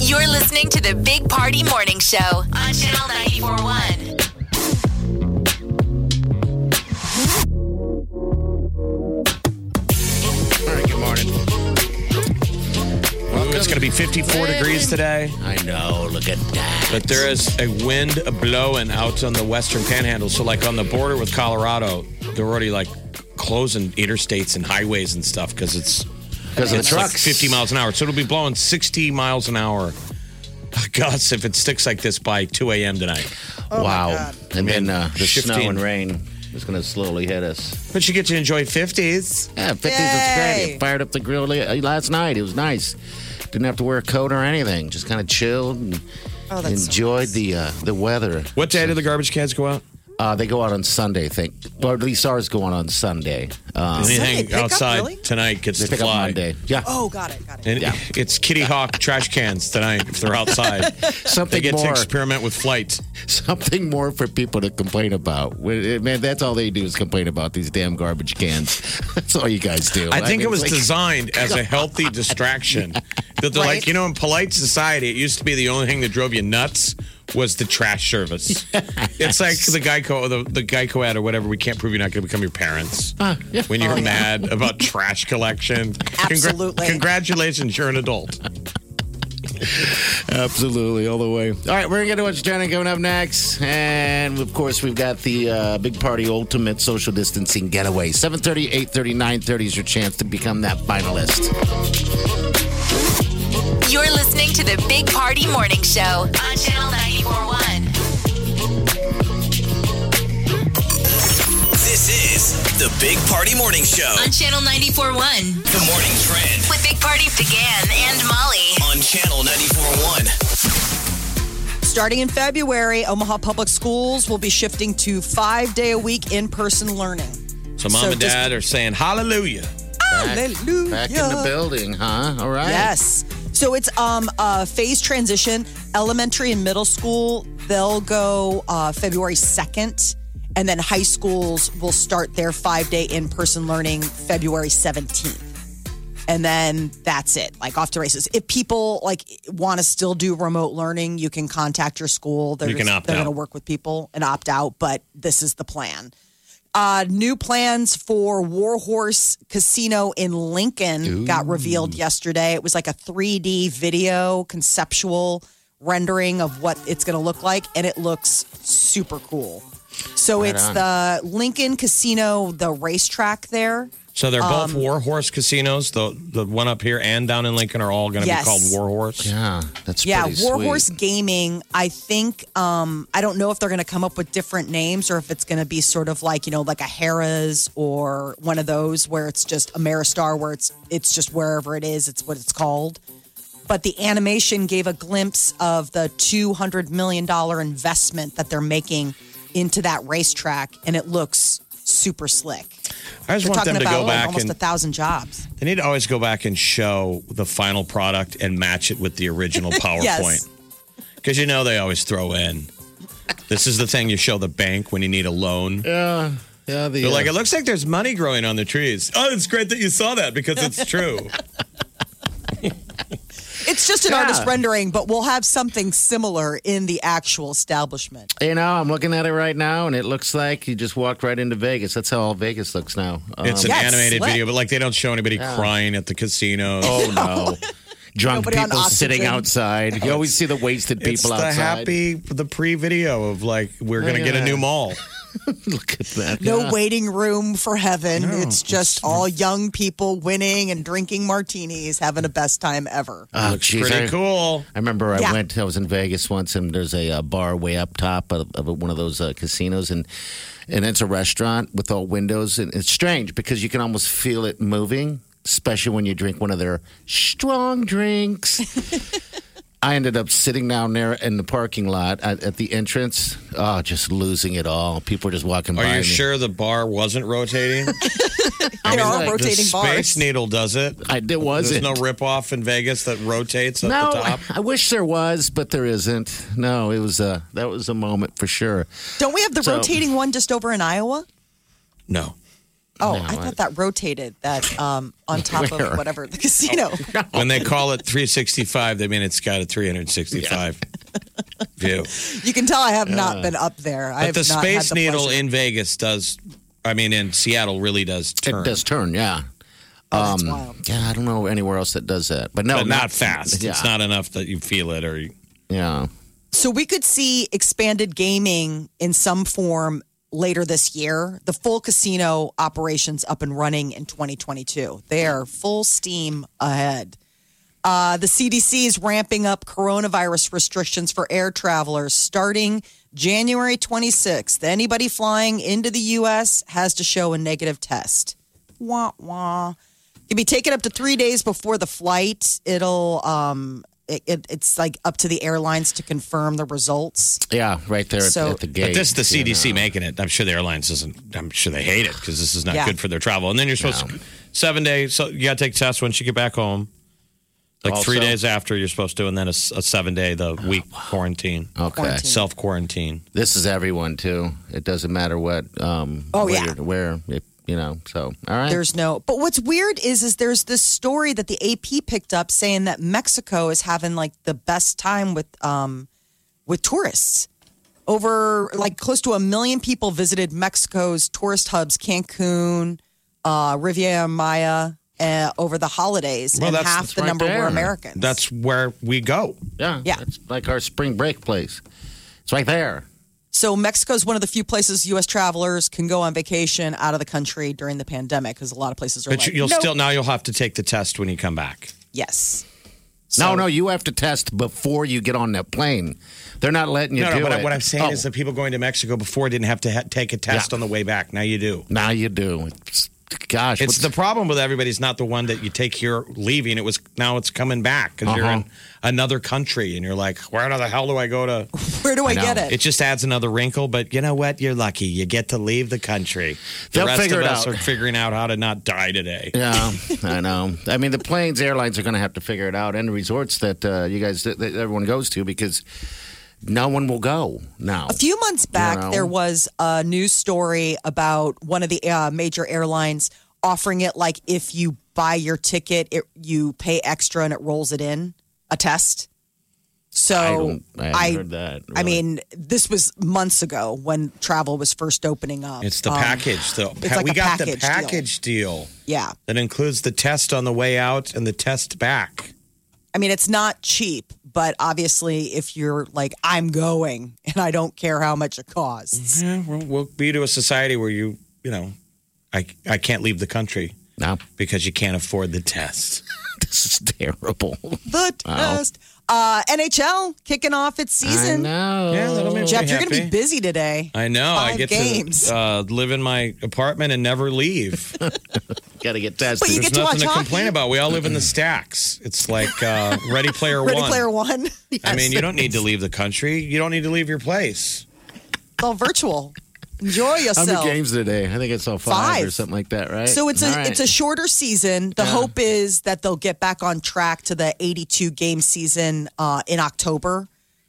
You're listening to the Big Party Morning Show on Channel 941. All right, good morning. Ooh, it's going to be 54 degrees today, I know, look at that. but there is a wind blowing out on the western panhandle. So, like on the border with Colorado, they're already like closing interstates and highways and stuff because it's Because of the it's like trucks. 50 miles an hour. So it'll be blowing 60 miles an hour. Gus, if it sticks like this by 2 a.m. tonight. Oh, wow. And then uh, the snow 15. and rain is going to slowly hit us. But you get to enjoy 50s. Yeah, 50s is great. It fired up the grill la- uh, last night. It was nice. Didn't have to wear a coat or anything. Just kind of chilled and Oh, that's so enjoyed the uh, the weather. What day do the garbage cans go out? Uh, they go out on Sunday, I think. Or at least ours go on on Sunday. Um, Sunday Anything pickup, outside really? tonight gets they to pick up fly. Monday. Yeah. Oh, got it, got it. And Yeah. it's Kitty Hawk trash cans tonight if they're outside. something They get to more. experiment with flight. something more for people to complain about. We- Man, that's all they do is complain about these damn garbage cans. that's all you guys do. I think mean, it was it's like- designed as a healthy distraction. That they're like, you know, in polite society, it used to be the only thing that drove you nuts was the trash service. It's like the Geico, the, the Geico ad or whatever. We can't prove you're not going to become your parents Uh, when you're mad about trash collection. Congra- Oh, Absolutely. congratulations, you're an adult. Absolutely, all the way. All right, we're going to get to what's trending coming up next. And, of course, we've got the uh, Big Party Ultimate Social Distancing Getaway. 7.30, 8.30, 9.30 is your chance to become that finalist. You're listening to the Big Party Morning Show on Channel 941. This is the Big Party Morning Show. On Channel 941 The morning trend with Big Party began and Molly. on Channel 94.1. Starting in February, Omaha Public Schools will be shifting to five day a week in person learning. So mom So and just- dad are saying hallelujah. Hallelujah. Back in the building, huh? All right. Yes. So it's um a phase transition. Elementary and middle school they'll go uh, February second, and then high schools will start their five day in person learning February seventeenth. And then that's it, like off to races. If people like want to still do remote learning, you can contact your school. They're You can just- opt they're going out. to work with people and opt out, but this is the plan. Uh, new plans for Warhorse Casino in Lincoln got revealed yesterday. It was like a 3D video conceptual rendering of what it's going to look like, and it looks super cool. So it's on. the Lincoln Casino, the racetrack there. So they're Um, both War Horse casinos. The the one up here and down in Lincoln are all going to Yes. be called War Horse. Yeah, that's Yeah, pretty Warhorse sweet. Gaming. I think um, I don't know if they're going to come up with different names or if it's going to be sort of like you know like a Harrah's or one of those where it's just Ameristar, where it's it's just wherever it is, it's what it's called. But the animation gave a glimpse of the two hundred million dollar investment that they're making into that racetrack, and it looks super slick. I just They're want talking them to about go back almost and a thousand jobs. They need to always go back and show the final product and match it with the original PowerPoint. Because you know they always throw in. This is the thing you show the bank when you need a loan. Yeah, yeah. The, They're uh, like, it looks like there's money growing on the trees. Oh, it's great that you saw that because it's true. It's just an Yeah. artist rendering, but we'll have something similar in the actual establishment. You know, I'm looking at it right now, and it looks like you just walked right into Vegas. That's how all Vegas looks now. Um, It's an Yeah, it's animated slick. video, but like they don't show anybody crying at the casinos. oh no, drunk Nobody on people sitting oxygen. outside. You always see the wasted people it's the outside. happy, the pre-video of like we're gonna Look at get a new that. mall. Look at that. No Yeah. waiting room for heaven. it's just all young people winning and drinking martinis, having the best time ever. Oh, Looks geez, pretty I- cool. I remember I Yeah. went. I was in Vegas once, and there's a, uh bar way up top of, of one of those uh, casinos, and and it's a restaurant with all windows, and it's strange because you can almost feel it moving, especially when you drink one of their strong drinks. I ended up sitting down there in the parking lot at, at the entrance, oh, just losing it all. People were just walking Are by you me. sure the bar wasn't rotating? There are mean, like, the the rotating Space bars. Needle does it. I, there There's wasn't. no ripoff in Vegas that rotates at no, the top. I wish there was, but there isn't. No, it was a that was a moment for sure. Don't we have the So- rotating one just over in Iowa? No. Oh, I thought that rotated that um, on top Where? of whatever the casino. When they call it 365, they mean it's got a 365 view. You can tell I have not been up there. I But have the not had Space the Needle pleasure. in Vegas does, I mean, in Seattle really does turn. It does turn, yeah. Oh, that's um, wild. Yeah, I don't know anywhere else that does that. But no, But not fast. Yeah, It's not enough that you feel it or you, Yeah. So we could see expanded gaming in some form later this year. The full casino operations up and running in 2022. They are full steam ahead. Uh, the CDC is ramping up coronavirus restrictions for air travelers starting January 26th. Anybody flying into the U.S. has to show a negative test. Wah wah. You'd be taken up to three days before the flight. It'll um, it, it, it's like up to the airlines to confirm the results. Yeah, right there at- So- at, the gate. But this is the you CDC know. making it. I'm sure the airlines isn't. I'm sure they hate it because this is not Yeah. good for their travel. And then you're supposed to seven days. So you got to take tests once you get back home. Like three Also- Oh, days after you're supposed to, and then a, s- a seven day the week quarantine, Okay. Quarantine. self quarantine. This is everyone too. It doesn't matter what um Oh, where yeah. you're- where if you know, so all right. There's no. But what's weird is is there's this story that the AP picked up saying that Mexico is having like the best time with um with tourists. Over like close to a million people visited Mexico's tourist hubs, Cancun, uh, Riviera Maya, uh, over the holidays, Well, and that's- half that's the right number there. were Americans. That's where we go. yeah, yeah. It's like our spring break place. It's right there. So Mexico is one of the few places U.S. travelers can go on vacation out of the country during the pandemic because a lot of places are But like, you- you'll "Nope." still now you'll have to take the test when you come back. yes. no, no, you have to test before you get on that plane. They're not letting you No, do no. But it. what I'm saying Oh, is the people going to Mexico before didn't have to ha- take a test Yeah. on the way back. Now you do. now you do. It's, gosh, It's what's- the problem with everybody's not the one that you take here leaving. It was now it's coming back because you're in another country and you're like, where the hell do I go to? Where do I, know. get it? It just adds another wrinkle. But you know what? You're lucky. You get to leave the country. The They'll rest figure of it us out. are figuring out how to not die today. Yeah, I know. I mean, the planes, airlines are going to have to figure it out, and the resorts that uh, you guys, that, that everyone goes to, because no one will go now. A few months back, know. there was a news story about one of the uh, major airlines offering it like if you buy your ticket, it, you pay extra and it rolls it in a test. So I don't- I haven't heard that, I really. mean, this was months ago when travel was first opening up. It's the Um, package. The, it's like we a got the package deal. package deal. Yeah. that includes the test on the way out and the test back. I mean, it's not cheap, but obviously, if you're like, I'm going and I don't care how much it costs. Mm-hmm. Yeah, we'll, we'll be to a society where you, you know, I, I can't leave the country no, because you can't afford the test. this is terrible. The test. Uh, NHL kicking off its season. I know. Yeah, that'll make me Jeff, you're going to happy. be busy today. I know. I Five get games. to uh, live in my apartment and never leave. Got to get tested. But you There's get to nothing watch to hockey. complain about. We all live in the stacks. It's like uh, Ready Player Ready One. Player One. it's I mean, you don't need to leave the country. You don't need to leave your place. all virtual. Enjoy How many yourself. games today? I think I saw five, or Five. something like that, right? So it's a All right. it's a shorter season. The hope is that they'll get back on track to the 82 game season uh, in October.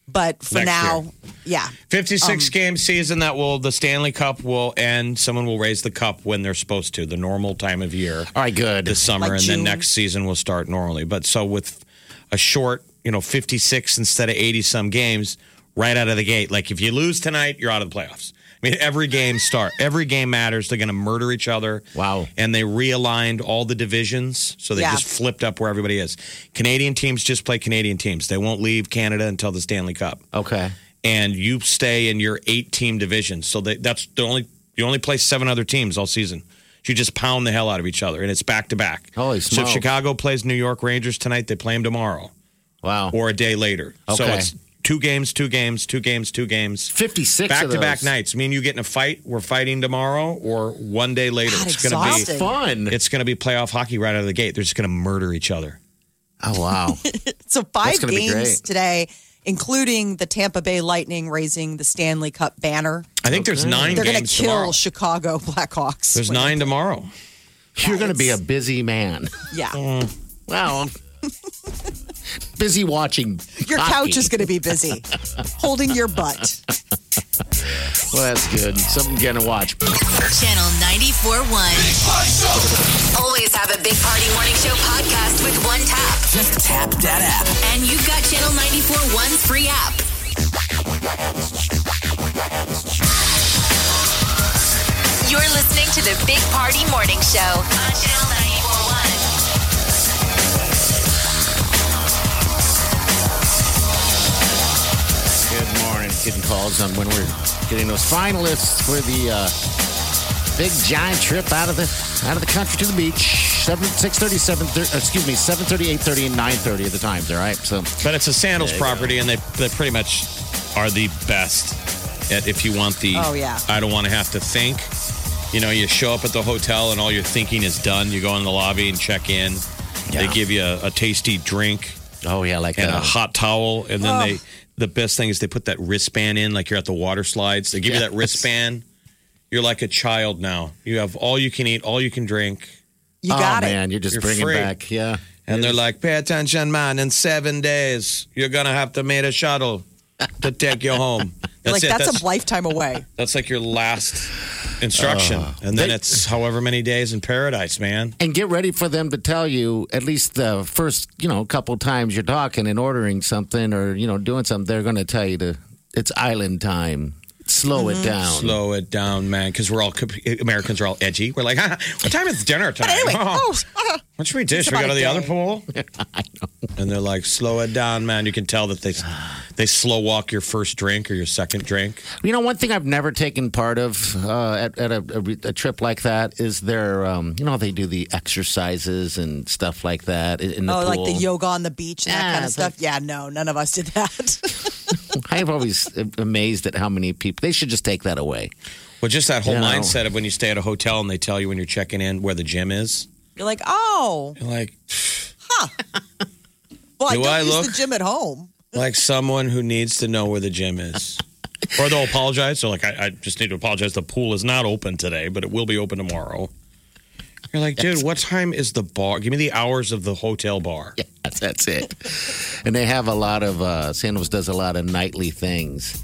But for Next now, year. yeah, 56 Um, game season that will the Stanley Cup will end. Someone will raise the cup when they're supposed to, the normal time of year. All right, good. this summer, Like and then June. next season will start normally. But so with a short, you know, 56 instead of 80 some games right out of the gate. Like if you lose tonight, you're out of the playoffs. I mean, every game start, every game matters. They're going to murder each other. Wow. And they realigned all the divisions, so they Yeah. just flipped up where everybody is. Canadian teams just play Canadian teams. They won't leave Canada until the Stanley Cup Okay. and you stay in your eight team division. So they, that's the only you only play seven other teams all season. You just pound the hell out of each other, and it's back to back. Holy So smoke. if Chicago plays New York Rangers tonight, they play them tomorrow Wow. or a day later. So Okay. it's Two games, two games, two games, two games. 56 Back of to back those. nights. Me and you get in a fight. We're fighting tomorrow or one day later. God, it's going to exhausting. be. Fun. It's going to be playoff hockey right out of the gate. They're just going to murder each other. oh, wow. So five That's gonna be games great. today, including the Tampa Bay Lightning raising the Stanley Cup banner. I think there's 9 They're going to games kill tomorrow. Chicago Blackhawks. There's nine tomorrow. You're going to be a busy man. Yeah, Wow. busy watching. your hockey. couch is going to be busy, holding your butt. Well, that's good. Something going to watch. Channel 94.1. Always have a Big Party Morning Show podcast with one tap. Just tap that app. And you've got Channel 94.1's free app. You're listening to the Big Party Morning Show on Channel 94.1. Good morning. Getting calls on when we're getting those finalists for the uh, big giant trip out of the out of the country to the beach. Seven six thirty seven. thir- uh, Excuse me, seven thirty, eight thirty, and nine thirty at the times. All right. So But it's a Sandals property, and they, they pretty much are the best at if you want the. Oh, yeah. I don't want to have to think. You know, you show up at the hotel, and all your thinking is done. You go in the lobby and check in. They Yeah. give you a, a tasty drink oh yeah, like and uh, a hot towel, and then they. The best thing is they put that wristband in, like you're at the water slides. They give you that Yes. wristband. You're like a child now. You have all you can eat, all you can drink. You oh, got it. man, you're just You're bringing free. back. Yeah. And they're like, pay attention, man. In seven days, you're going to have to meet a shuttle to take you home. You're That's like it. that's, That's, a lifetime away. that's like your last instruction. Uh, and then They- it's however many days in paradise, man. And get ready for them to tell you at least the first, you know, couple times you're talking and ordering something or you know doing something. They're going to tell you to it's island time. Slow it down. Slow it down, man, because we're all, Americans are all edgy. We're like, "Ah, what time is dinner time? Anyway, Oh, oh, ah, what should we do? it's Should we go about to the a other day. pool? And they're like, slow it down, man. You can tell that they, they slow walk your first drink or your second drink. You know, one thing I've never taken part of uh, at, at a, a, re- a trip like that is their, um, you know, they do the exercises and stuff like that in in the oh, pool. like the yoga on the beach and that Yeah, kind of it's stuff. yeah, no, none of us did that. I've always amazed at how many people. They should just take that away. Well, just that whole You know. mindset of when you stay at a hotel and they tell you when you're checking in where the gym is. You're like, oh, You're like, well, I Do don't I use look- the gym at home. like someone who needs to know where the gym is. or they'll apologize. They're like, I, I just need to apologize. The pool is not open today, but it will be open tomorrow. You're like, dude, what time is the bar? Give me the hours of the hotel bar. Yeah, that's it. and they have a lot of uh, Sandals does a lot of nightly things.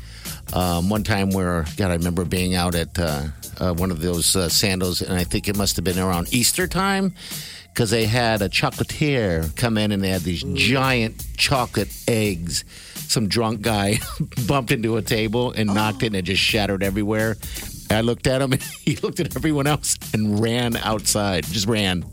Um, one time where God, I remember being out at uh, uh, one of those uh, Sandals, and I think it must have been around Easter time because they had a chocolatier come in and they had these giant chocolate eggs. Some drunk guy bumped into a table and knocked it and it just shattered everywhere. I looked at him and he looked at everyone else and ran outside, just ran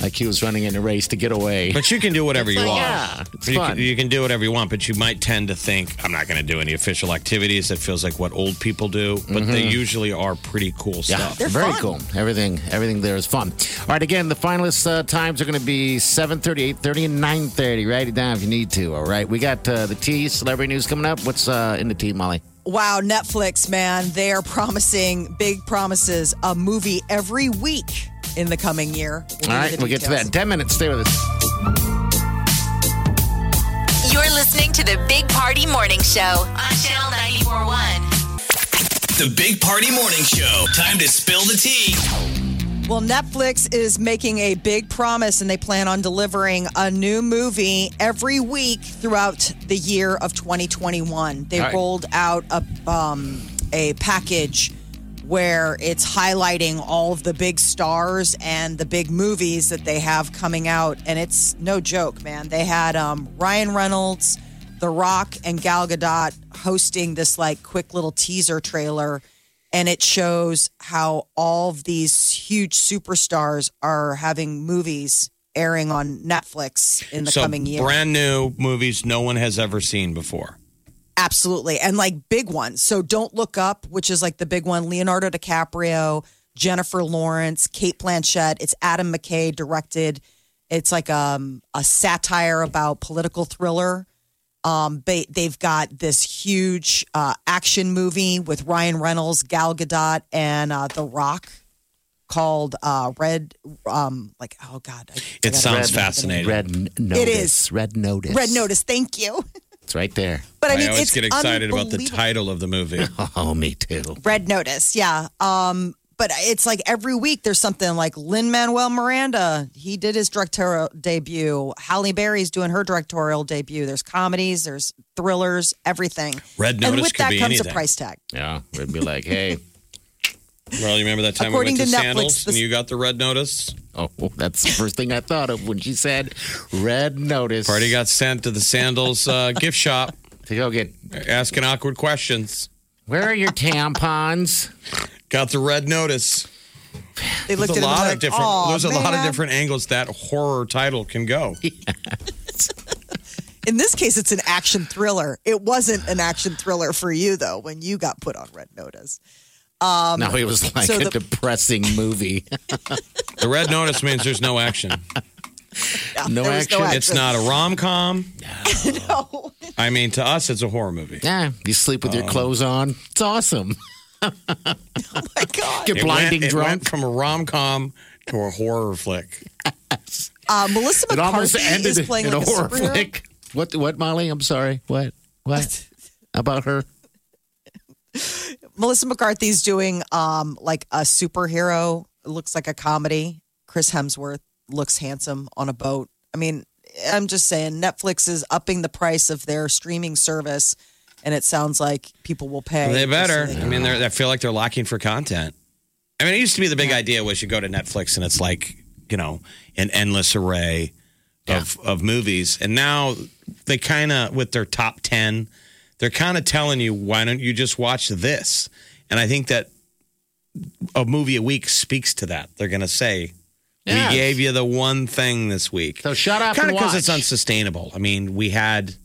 like he was running in a race to get away. But you can do whatever you like, want. yeah, it's you, fun. Can, you can do whatever you want, but you might tend to think, I'm not going to do any official activities. That feels like what old people do, but they Mm-hmm. usually are pretty cool Yeah, stuff. very cool. Everything, everything there is fun. All right, again, the finalists uh, times are going to be 7.30, 8.30, and 9.30. Write it down if you need to, all right? We got uh, the tea, celebrity news coming up. What's uh, in the tea, Molly? Wow, Netflix, man, they are promising big promises, a movie every week in the coming year. All right, we'll get to that in 10 minutes. Stay with us. You're listening to the Big Party Morning Show on Channel 94.1. The Big Party Morning Show. Time to spill the tea. Well, Netflix is making a big promise and they plan on delivering a new movie every week throughout the year of 2021. They All right. rolled out a, um, a package where it's highlighting all of the big stars and the big movies that they have coming out. And it's no joke, man. They had um, Ryan Reynolds, The Rock, and Gal Gadot hosting this like quick little teaser trailer and it shows how all of these huge superstars are having movies airing on Netflix in the so coming year. brand new movies no one has ever seen before. Absolutely. And like big ones. So Don't Look Up, which is like the big one, Leonardo DiCaprio, Jennifer Lawrence, Kate Blanchett. It's Adam McKay directed. It's like um, a satire about political thriller. Um, but they've got this huge uh, action movie with Ryan Reynolds, Gal Gadot, and uh, The Rock called uh, Red. Um, like oh god, I It forgot sounds about fascinating. Red n- Notice. is. Red Notice. Red Notice. Thank you. It's right there. But I mean, always it's get excited about the unbelievable. title of the movie. Oh, me too. Red Notice, yeah. Um, but it's like every week there's something like Lin Manuel Miranda. He did his directorial debut. Halle Berry's doing her directorial debut. There's comedies, there's thrillers, everything. Red and Notice with could that be comes anything. a price tag. Yeah, we'd be like, hey, Well, you remember that time According we went to Netflix, to, Sandals this- and you got the red notice? oh, that's the first thing I thought of when she said Red Notice. Party got sent to the Sandals uh, gift shop to go get. asking awkward questions. Where are your tampons? Got the red notice. They There's looked a at lot it of and they're different. like, "Aw, there's a lot of man." different angles that horror title can go. In this case, it's an action thriller. It wasn't an action thriller for you though when you got put on Red Notice. no, it was like so a the- depressing movie. The red notice means there's no action. No there was Oh, action. It's not a rom com. No. I mean, to us, it's a horror movie. yeah, you sleep with Um, your clothes on. It's awesome. My God. Get blinding went, it drunk. went from a rom com to a horror flick. Uh, Melissa It almost McCarthy ended is playing in like a horror superhero. flick. What? What, Molly? I'm sorry. What? What about her? Melissa McCarthy's doing um like a superhero. It looks like a comedy. Chris Hemsworth looks handsome on a boat. I mean, I'm just saying Netflix is upping the price of their streaming service, and it sounds like people will pay. They just better. so I mean, they're, I feel like they're lacking for content. I mean, it used to be the big idea was you go to Netflix and it's like you know an endless array of of movies, and now they kind of with their top ten, they're kind of telling you why don't you just watch this? And I think that a movie a week speaks to that. They're going to say. Yes. We gave you the one thing this week. So shut up Kind of and because watch. it's unsustainable. I mean, we had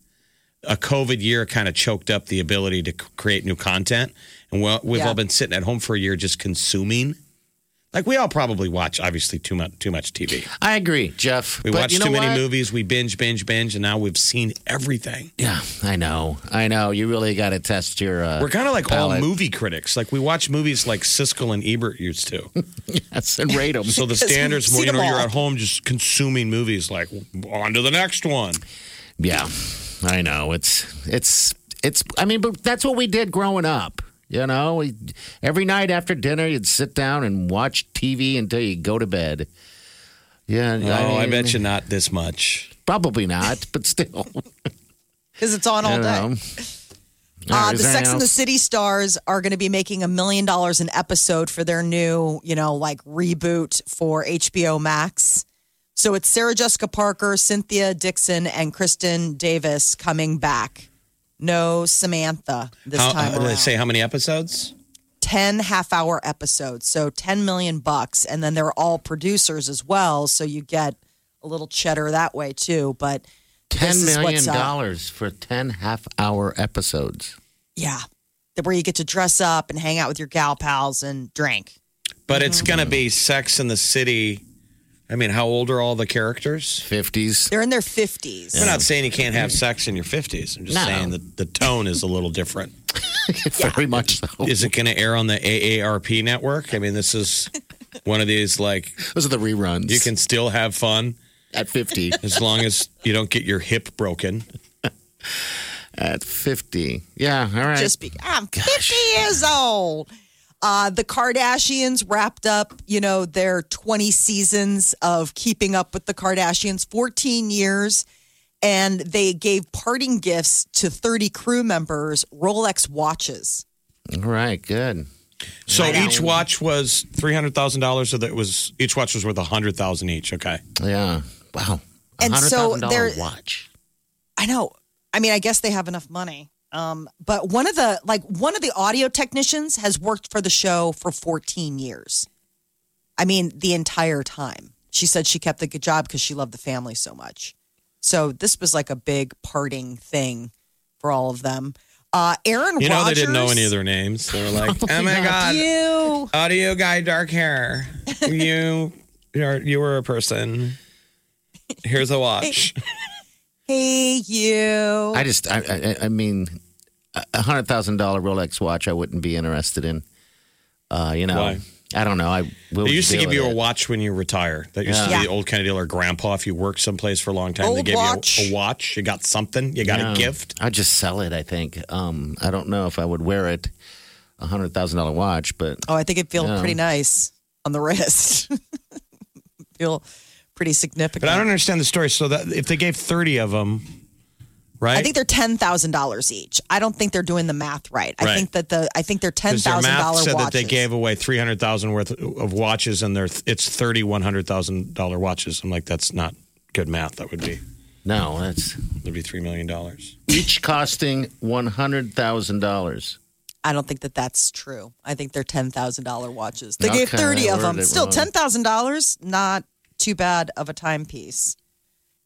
a COVID year kind of choked up the ability to c- create new content, and well, we've Yeah. all been sitting at home for a year just consuming. Like we all probably watch obviously too much too much TV. I agree, Jeff. We But watch you know too many what? movies. We binge, binge, binge, and now we've seen everything. Yeah, I know. I know. You really got to test your. Uh, We're kind of like all palate. movie critics. Like we watch movies like Siskel and Ebert used to. Yes, and rate 'em. So the we've standards, well, seen you know, them you're all. at home just consuming movies. Like on to the next one. yeah, I know. It's it's it's. I mean, but that's what we did growing up. You know, we, every night after dinner, you'd sit down and watch TV until you go to bed. Yeah. Oh, I bet you not this much. Probably not, but still. because it's on all you day. know. Uh, All right, the is there Sex and anything the else? City stars are going to be making a million dollars an episode for their new, you know, like reboot for HBO Max. So it's Sarah Jessica Parker, Cynthia Dixon, and Kristen Davis coming back. No Samantha this How, time uh, around. let's say how many episodes? 10 half hour episodes. So 10 million bucks. And then they're all producers as well. So you get a little cheddar that way too. But this Ten is million what's up. dollars for ten half-hour episodes. Yeah. Where you get to dress up and hang out with your gal pals and drink. But it's going to be Sex in the City. I mean, how old are all the characters? Fifties. They're in their 50s. I'm not saying you can't have sex in your 50s. I'm just No. saying that the tone is a little different. Very much so. Is it going to air on the AARP network? I mean, this is one of these like Those are the reruns. you can still have fun at fifty. as long as you don't get your hip broken. at fifty. Yeah. All right. Just be, I'm 50 years old. Uh, the Kardashians wrapped up, you know, their 20 seasons of keeping up with the Kardashians, 14 years. And they gave parting gifts to 30 crew members Rolex watches. All right. Good. So each watch was $300,000 so that was each watch was worth 100,000 each, okay? Yeah. Wow. A And hundred so thousand dollar there- watch. I know. I mean, I guess they have enough money. Um, but one of the like one of the audio technicians has worked for the show for 14 years. I mean, the entire time. She said she kept the good job because she loved the family so much. So this was like a big parting thing for all of them. Uh, Aaron, You know they didn't know Rodgers- any of their names. They were like, "Oh my god, You audio guy dark hair you are you were a person here's a watch Hey, you. I just, I, I, I mean, a hundred thousand dollar Rolex watch, I wouldn't be interested in. Uh, you know, Why? I don't know. I will They used to deal give with you a it. watch when you retire. That used to Yeah. be the old kind of deal or grandpa. If you worked someplace for a long time, they Old gave watch. you a, a watch. You got something. You got Yeah. a gift. I'd just sell it. Um, I think. Um, I don't know if I would wear it. A hundred thousand dollar watch, but Oh, I think it feels Yeah. pretty nice on the wrist. Feel pretty significant. But I don't understand the story. So that if they gave thirty of them, right? I think they're ten thousand dollars each. I don't think they're doing the math right. I Right. think that the I think they're ten Because their thousand math dollar said watches. that they gave away three hundred thousand worth of watches, and they're it's thirty one hundred thousand dollar watches. I'm like, that's not good math. That would be no, that's that'd be three million dollars. each costing one hundred thousand dollars. I don't think that that's true. I think they're ten thousand dollar watches. They gave Okay, thirty they of them. ordered it Still wrong. ten thousand dollars. Not too bad of a timepiece.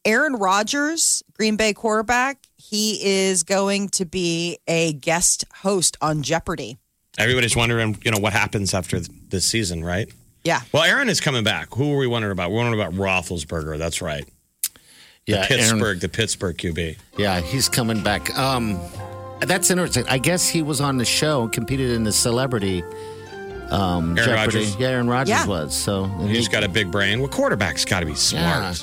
Aaron Rodgers, Green Bay quarterback, he is going to be a guest host on Jeopardy. Everybody's wondering, you know, what happens after th- this season, right? Yeah. Well, Aaron is coming back. Who were we wondering about? We We're wondering about Roethlisberger. That's right, Yeah, Pittsburgh, Uh, Aaron- the Pittsburgh QB. yeah, he's coming back. Um, that's interesting. I guess he was on the show and competed in the celebrity. Um, Aaron Jeopardy. Rodgers? Yeah, Aaron Rodgers Yeah. was. So and He's he- got a big brain. Well, quarterback's got to be smart.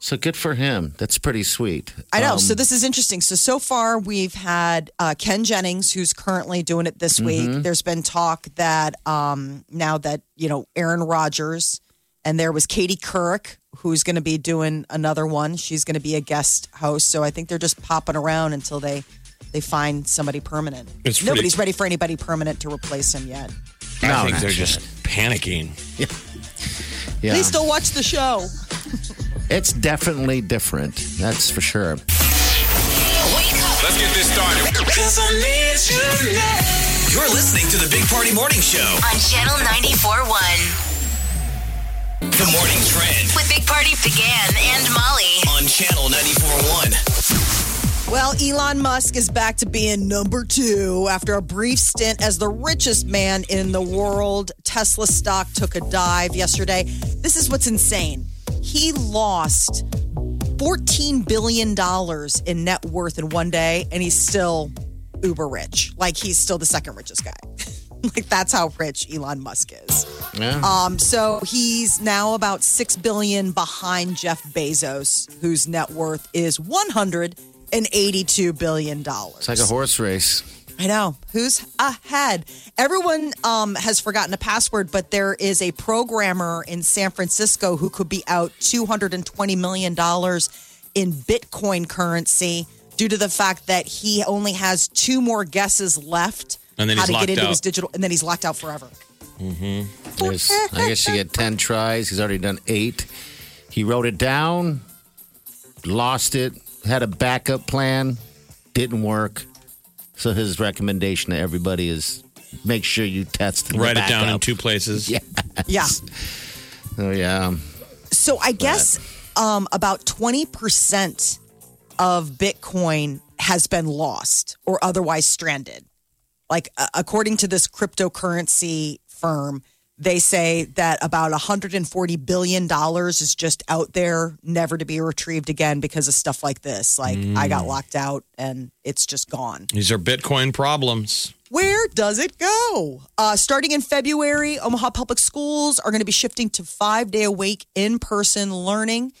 So good for him. That's pretty sweet. I know. Um, so this is interesting. So so far we've had uh, Ken Jennings, who's currently doing it this week. There's been talk that um, now that you know Aaron Rodgers, and there was Katie Couric, who's going to be doing another one. She's going to be a guest host. So I think they're just popping around until they they find somebody permanent. It's pretty- Nobody's ready for anybody permanent to replace him yet. I No, think they're that's just panicking. yeah. Please still watch the show. It's definitely different. That's for sure. Wake up. Let's get this started. You're listening to the Big Party Morning Show. on Channel 94.1 The Morning Trend with Big Party began and Molly. on Channel 94.1. Well, Elon Musk is back to being number two after a brief stint as the richest man in the world. Tesla stock took a dive yesterday. This is what's insane. He lost $14 billion in net worth in one day, and he's still uber rich. Like, he's still the second richest guy. like, that's how rich Elon Musk is. Yeah. Um, so he's now about six billion behind Jeff Bezos, whose net worth is one hundred and eighty-two billion dollars. it's like a horse race. I know. Who's ahead? Everyone um, has forgotten a password, but there is a programmer in San Francisco who could be out $220 million in Bitcoin currency due to the fact that he only has two more guesses left And then how he's to get locked into out. his digital, and then he's locked out forever. There's, I guess you get 10 tries. He's already done eight. He wrote it down, lost it, had a backup plan, didn't work. So his recommendation to everybody is make sure you test the Write it down in backup. two places. Yeah. Yeah. Oh, yeah. So I guess um, about 20% of Bitcoin has been lost or otherwise stranded. Like, uh, according to this cryptocurrency firm, they say that about $140 billion is just out there, never to be retrieved again because of stuff like this. Like, I got locked out and it's just gone. These are Bitcoin problems. Where does it go? Uh, starting in February, Omaha Public Schools are going to be shifting to five day a week in person learning.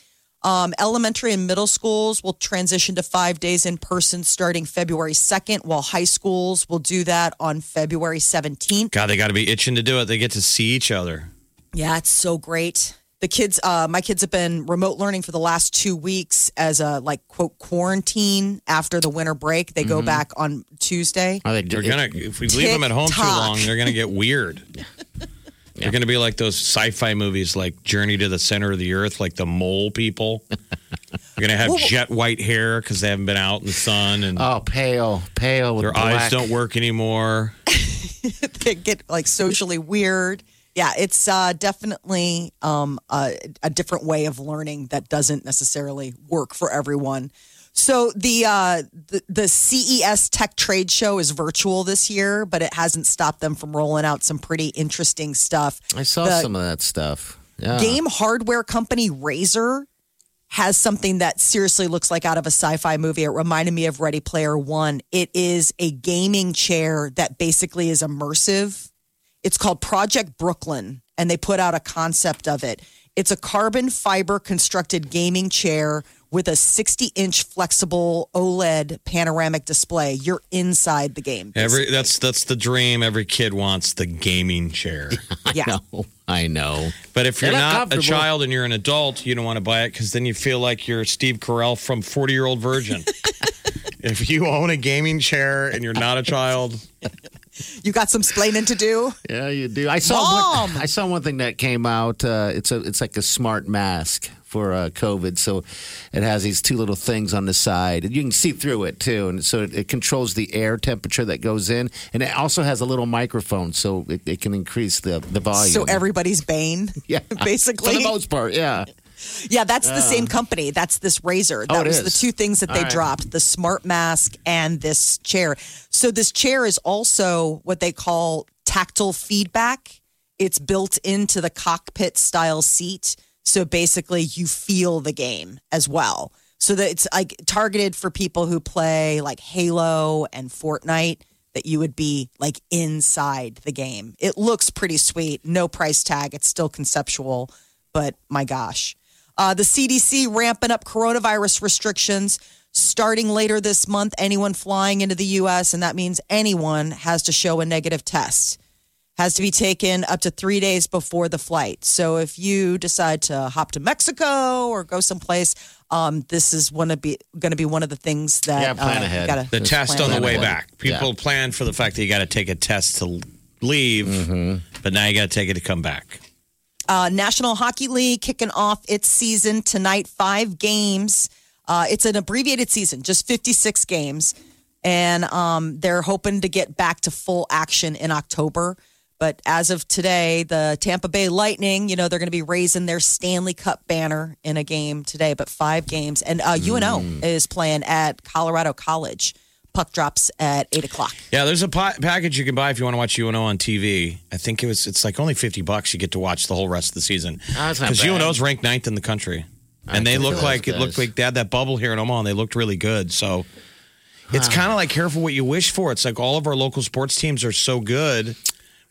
Um, elementary and middle schools will transition to five days in person starting February 2nd, while high schools will do that on February 17th. God, they got to be itching to do it. They get to see each other. Yeah, it's so great. The kids, uh, my kids have been remote learning for the last two weeks as a like quote quarantine after the winter break. They go back on Tuesday. Are they They're gonna if we leave them at home too Tick-tock. long, they're gonna get weird. They're gonna be like those sci-fi movies, like Journey to the Center of the Earth, like the mole people. They're gonna have jet white hair because they haven't been out in the sun, and Oh, pale, pale. With their eyes black. don't work anymore. they get like socially weird. Yeah, it's uh, definitely um, a, a different way of learning that doesn't necessarily work for everyone. So the, uh, the the CES Tech Trade Show is virtual this year, but it hasn't stopped them from rolling out some pretty interesting stuff. I saw The- Uh-huh. some of that stuff. Yeah. Game hardware company Razer has something that seriously looks like out of a sci-fi movie. It reminded me of Ready Player One. It is a gaming chair that basically is immersive. It's called Project Brooklyn, and they put out a concept of it. It's a carbon fiber constructed gaming chair with a 60 inch flexible OLED panoramic display. You're inside the game. Every that's that's the dream every kid wants the gaming chair. yeah. No, I know. But if you're They're not not a comfortable. child and you're an adult, you don't want to buy it because then you feel like you're Steve Carell from 40 Year Old Virgin. if you own a gaming chair and you're not a child, You got some splaining to do? Yeah, you do. I saw Mom! one, I saw one thing that came out. Uh, it's a it's like a smart mask for uh, COVID. So it has these two little things on the side, and you can see through it too. And so it, it controls the air temperature that goes in, and it also has a little microphone, so it, it can increase the the volume. So everybody's Bane, yeah, basically. for the most part, yeah. Yeah, that's the same company. That's this razor. That Um, Oh, it was the is. two things that they All right. dropped the smart mask and this chair. So, this chair is also what they call tactile feedback. It's built into the cockpit style seat. So, basically, you feel the game as well. So, that it's like targeted for people who play like Halo and Fortnite. That you would be like inside the game. It looks pretty sweet. No price tag. It's still conceptual, but my gosh. Uh, the CDC ramping up coronavirus restrictions. Starting later this month, anyone flying into the U.S., and that means anyone, has to show a negative test, has to be taken up to three days before the flight. So if you decide to hop to Mexico or go someplace, um, this is one of be going to be one of the things that Yeah, plan uh, you ahead. gotta- the just test plan on the ahead. way ahead. back. People plan for the fact that you got to take a test to leave, Mm-hmm. but now you got to take it to come back. Uh, National Hockey League kicking off its season tonight, five games. Uh, it's an abbreviated season, just 56 games. And um, they're hoping to get back to full action in October. But as of today, the Tampa Bay Lightning, you know, they're going to be raising their Stanley Cup banner in a game today, but five games. And uh, UNO Mm. is playing at Colorado College. Puck drops at 8 o'clock. Yeah, there's a pa- package you can buy if you want to watch UNO on TV. I think it was it's like only fifty bucks. You get to watch the whole rest of the season Ah, that's not because bad. UNO's ranked ninth in the country, and they can look see like those it looked guys. like they had that bubble here in Omaha, and they looked really good. So it's kind of like careful what you wish for. It's like all of our local sports teams are so good,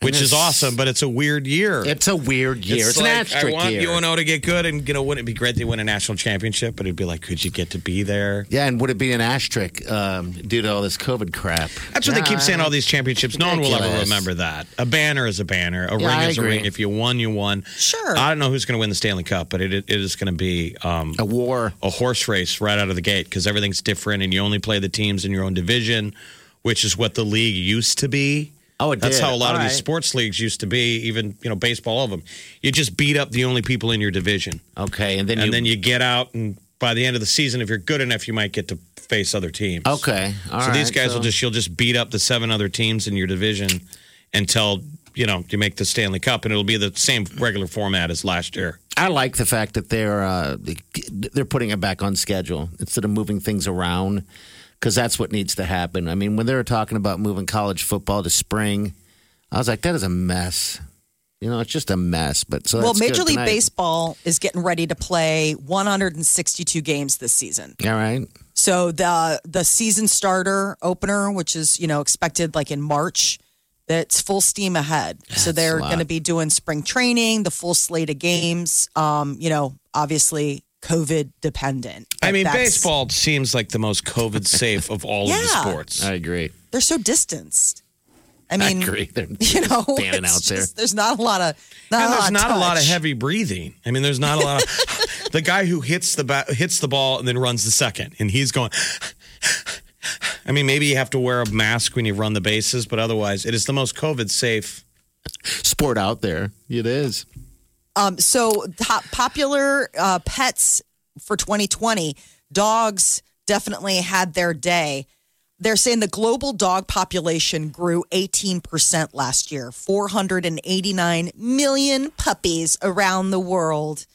which it's- is awesome, but it's a weird year. It's a weird year. It's, an like, I asterisk want year. UNO to get good, and you know, wouldn't it be great they win a national championship? But it'd be like, could you get to be there? yeah, and would it be an asterisk um, due to all this COVID crap? That's what they keep saying. All these championships, no one will ever Ridiculous. remember that. A banner is a banner. A Yeah, I ring is a agree. ring. If you won, you won. Sure. I don't know who's going to win the Stanley Cup, but it, it is going to be um, A war. a horse race right out of the gate because everything's different, and you only play the teams in your own division, which is what the league used to be. Oh, it That's did. how a lot of All these right. sports leagues used to be. Even you know baseball, all of them. You just beat up the only people in your division, Okay, and then and you. then you get out, and by the end of the season, if you're good enough, you might get to face other teams. okay, all right. So these guys will just you'll just beat up the seven other teams in your division until you know you make the Stanley Cup, and it'll be the same regular format as last year. I like the fact that they're uh, they're putting it back on schedule instead of moving things around because that's what needs to happen. I mean, when they were talking about moving college football to spring, I was like, that is a mess. You know, it's just a mess. But so Well, that's Major good League tonight. Baseball is getting ready to play 162 games this season. All right, So the the season starter opener, which is you know expected like in March, that's full steam ahead. so they're a lot. going to be doing spring training, the full slate of games. Um, you know, obviously COVID dependent. I But mean, that's- baseball seems like the most COVID safe of all of the Yeah. sports. I agree. They're so distanced. I I, mean, agree. They're you know, standing it's out there. just- there's not a lot of not And a lot there's of not a lot of Oh, touch. heavy breathing. I mean, there's not a lot of the guy who hits the bat, hits the ball and then runs the second, and he's going. I mean, maybe you have to wear a mask when you run the bases, but otherwise, it is the most COVID safe. Sport out there. It is. Um, so top popular uh, pets for 2020, dogs definitely had their day. They're saying the global dog population grew 18% last year, 489 million puppies around the world.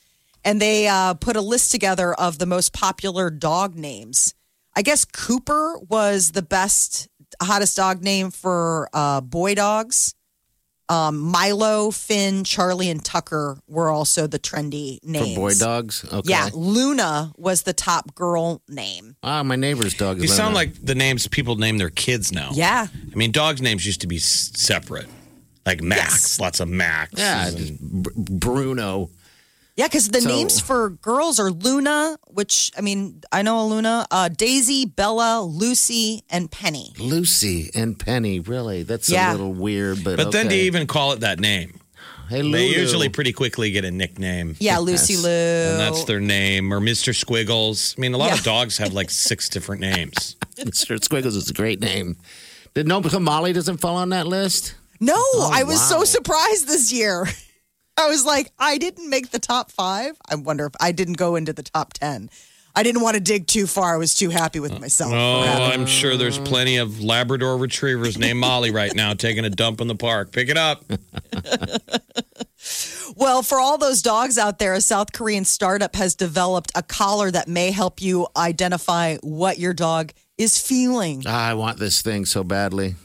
And they uh, put a list together of the most popular dog names. I guess Cooper was the best, hottest dog name for uh, boy dogs. Um, Milo, Finn, Charlie, and Tucker were also the trendy For names. boy dogs? Okay. Yeah, Luna was the top girl name. Ah, my neighbor's dog is You sound Luna. like the names people name their kids now. Yeah. I mean, dogs' names used to be s- separate, like Max, Yes. lots of Max. Yeah, just Br- Bruno. Yeah, because the So- names for girls are Luna, which I mean, I know a Luna, uh, Daisy, Bella, Lucy, and Penny. Lucy and Penny, really? That's a Yeah. little weird, but But then to okay. even call it that name, hey, they Lulu. usually pretty quickly get a nickname. Yeah, Lucy Lou. And that's their name, or Mr. Squiggles. I mean, a lot of Yeah. dogs have like six different names. Mr. Squiggles is a great name. Did no Molly doesn't fall on that list? no, I was wow. so surprised this year. I was like, I didn't make the top five. I wonder if I didn't go into the top 10. I didn't want to dig too far. I was too happy with myself. for Oh, having- I'm sure there's plenty of Labrador retrievers named Molly right now taking a dump in the park. Pick it up. Well, for all those dogs out there, a South Korean startup has developed a collar that may help you identify what your dog is feeling. Ah, I want this thing so badly.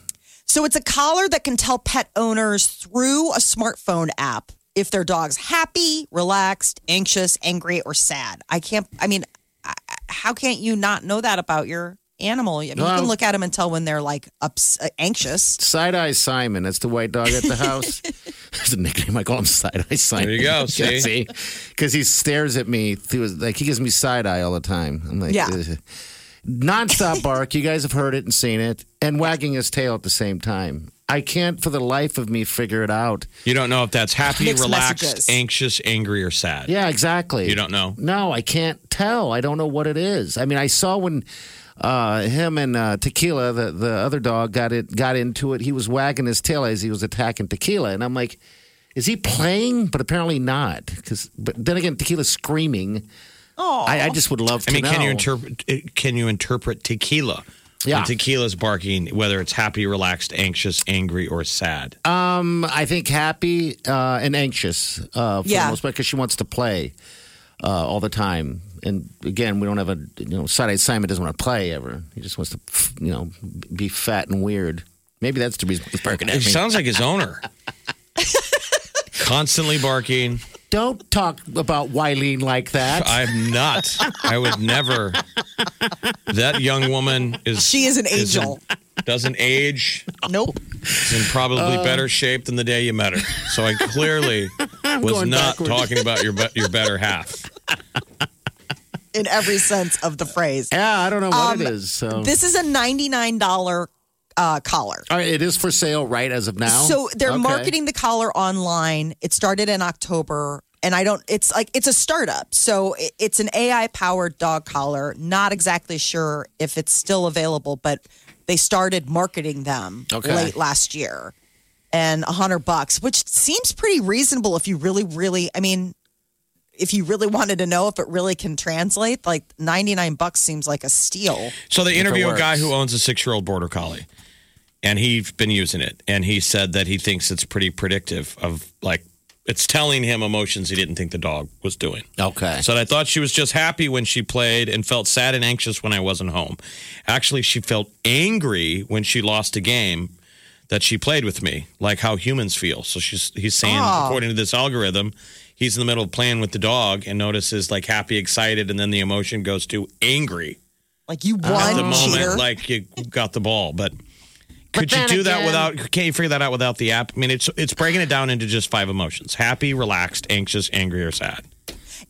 So it's a collar that can tell pet owners through a smartphone app if their dog's happy, relaxed, anxious, angry, or sad. I can't, I mean, I- I- how can't you not know that about your animal? I mean, you Well- can look at them and tell when they're like ups, uh, anxious. Side Eye Simon. That's the white dog at the house. That's a nickname. I call him Side Eye Simon. There you go, Yeah, see? Because he stares at me through his, like he gives me side eye all the time. I'm like, Yeah. "Ugh." nonstop bark. You guys have heard it and seen it, and wagging his tail at the same time. I can't for the life of me figure it out. You don't know if that's happy, Mixed relaxed, messages. anxious, angry, or sad. Yeah, exactly. You don't know. No, I can't tell. I don't know what it is. I mean, I saw when uh, him and uh, Tequila, the the other dog, got it got into it. He was wagging his tail as he was attacking Tequila, and I'm like, is he playing? But apparently not. Because but then again, Tequila's screaming. Oh, I, I just would love to. I mean, can you know. interpret? Can you interpret tequila? Yeah. When tequila's barking, whether it's happy, relaxed, anxious, angry, or sad. Uh, Um, I think happy uh, and anxious uh, for Yeah. the most part because she wants to play uh, all the time. And again, we don't have a you know side eye Simon doesn't want to play ever. He just wants to you know be fat and weird. Maybe that's the reason he's barking at it me. sounds like his owner. Constantly barking. don't talk about Wileen like that. I'm not. I would never. That young woman is. She is an isn't- angel. Doesn't age. Nope. Is in probably Uh, better shape than the day you met her. So I clearly was going not backwards. talking about your be- your better half. In every sense of the phrase. yeah, I don't know what Um, it is. So This is a $99 uh, collar. all right, it is for sale right as of now. So they're Okay. marketing the collar online. It started in October, and I don't. It's like it's a startup, so it, it's an AI powered dog collar. Not exactly sure if it's still available, but they started marketing them Okay. late last year, and a hundred bucks, which seems pretty reasonable if you really, really. I mean. If you really wanted to know if it really can translate, like 99 bucks seems like a steal. So they interview a works. guy who owns a six year old border collie, and he's been using it, and he said that he thinks it's pretty predictive of like it's telling him emotions he didn't think the dog was doing. Okay. So I thought she was just happy when she played and felt sad and anxious when I wasn't home. Actually, she felt angry when she lost a game that she played with me, like how humans feel. So she's he's saying, according to this algorithm, he's in the middle of playing with the dog and notices like happy, excited, and then the emotion goes to angry Like you at the won, cheater. moment, like you got the ball. But could you then do that again- without? Can't you figure that out without the app? I mean, it's it's breaking it down into just five emotions: happy, relaxed, anxious, angry, or sad.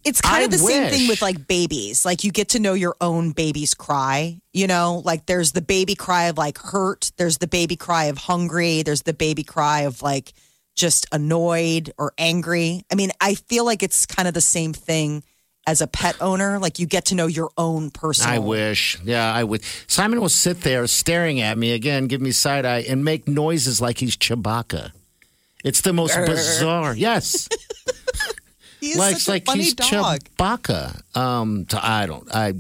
it's kind I of the same wish. thing with like babies. Like you get to know your own baby's cry. You know, like there's the baby cry of like hurt. There's the baby cry of hungry. There's the baby cry of like just annoyed or angry. I mean, I feel like it's kind of the same thing as a pet owner. Like you get to know your own personal. I wish. Yeah, I would. Simon will sit there staring at me again, give me side eye, and make noises like he's Chewbacca. It's the most bizarre. Yes. He's like, such a like funny he's dog. Chewbacca. Um, so I don't. I.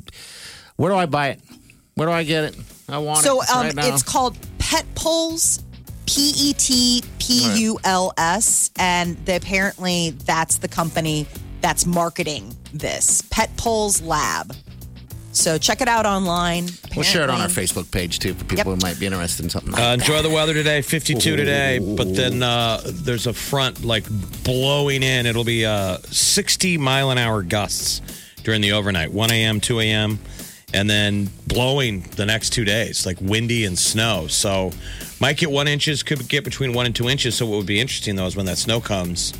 Where do I buy it? Where do I get it? I want So it um, right now. it's called Pet Pulls, P E T P U L S, and they, apparently that's the company that's marketing this Pet Pulls Lab. So check it out online. We'll share it on our Apparently- Facebook page too for people who might be interested in something like Uh, that. enjoy the weather today, 52 today, but then uh, there's a front like blowing in. It'll be uh, 60 mile an hour gusts during the overnight, 1 a.m., 2 a.m., and then blowing the next two days, like windy and snow. So might get one inches, could get between one and two inches. So what would be interesting though is when that snow comes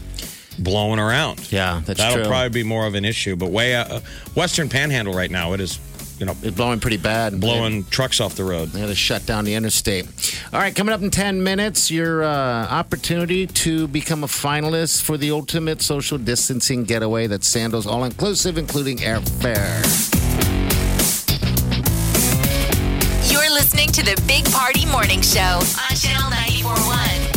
blowing around. Yeah, that's That'll true. probably be more of an issue. But way uh, western panhandle right now, it is you know It's blowing pretty bad. blowing trucks off the road. They had to shut down the interstate. All right, coming up in 10 minutes, your uh, opportunity to become a finalist for the ultimate social distancing getaway that's Sandals all inclusive, including airfare. You're listening to the Big Party Morning Show on Channel 941.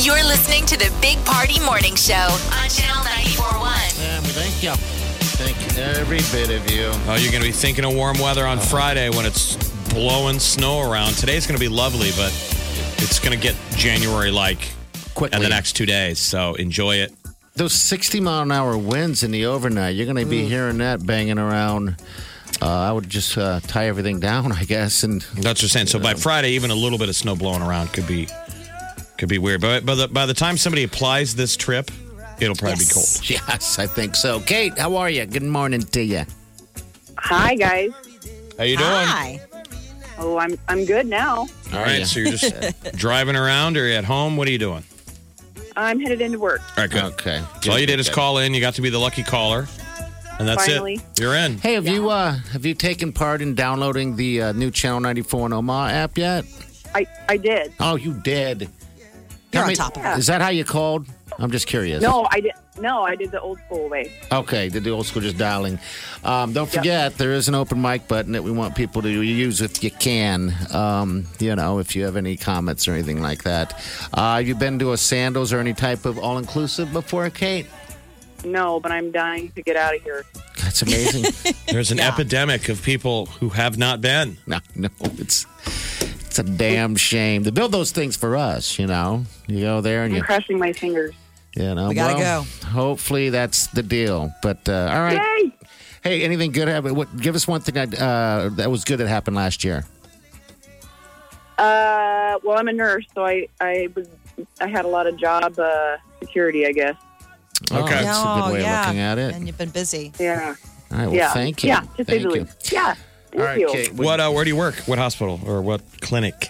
You're listening to the Big Party Morning Show on Channel 941. And we thank you. Thank every bit of you. Oh, you're going to be thinking of warm weather on Friday when it's blowing snow around. Today's going to be lovely, but it's going to get January like Quickly. in the next two days. So enjoy it. Those 60 mile an hour winds in the overnight, you're going to be hearing that banging around. Uh, I would just uh, tie everything down, I guess, and That's what I'm saying. So by Friday, even a little bit of snow blowing around could be could be weird. But by the, by the time somebody applies this trip, it'll probably be cold. Yes, I think so. Kate, how are you? Good morning to you. Hi guys. How you doing? Hi. Oh, I'm I'm good now. All right. So you're just driving around or at home? What are you doing? I'm headed into work. All right. Good. Okay. So all you did is call in. You got to be the lucky caller, and that's Finally. it. You're in. Hey, have you uh have you taken part in downloading the uh, new Channel 94 and Omaha app yet? I I did. Oh, you did. You're How on many- top of it. Is that how you called? I'm just curious. No, I did. No, I did the old school way. Okay, the old school just dialing. Um, don't forget, there is an open mic button that we want people to use if you can. Um, you know, if you have any comments or anything like that. Uh, have you been to a Sandals or any type of all inclusive before, Kate? No, but I'm dying to get out of here. That's amazing. There's an epidemic of people who have not been. No, no, it's it's a damn shame. They build those things for us, you know. You go there and I'm you, crushing my fingers. you know. We gotta well, Hopefully that's the deal. But uh, all right, Yay! hey, anything good happen? What, give us one thing that uh, that was good that happened last year. Uh, well, I'm a nurse, so I I was I had a lot of job uh, security, I guess. Oh, Okay. that's a No, good way yeah. of looking at it. And you've been busy. Yeah. All right, well, yeah. thank you. Yeah. To say thank the you. least. Yeah. Thank All right, you. Kate. What? Uh, where do you work? What hospital or what clinic?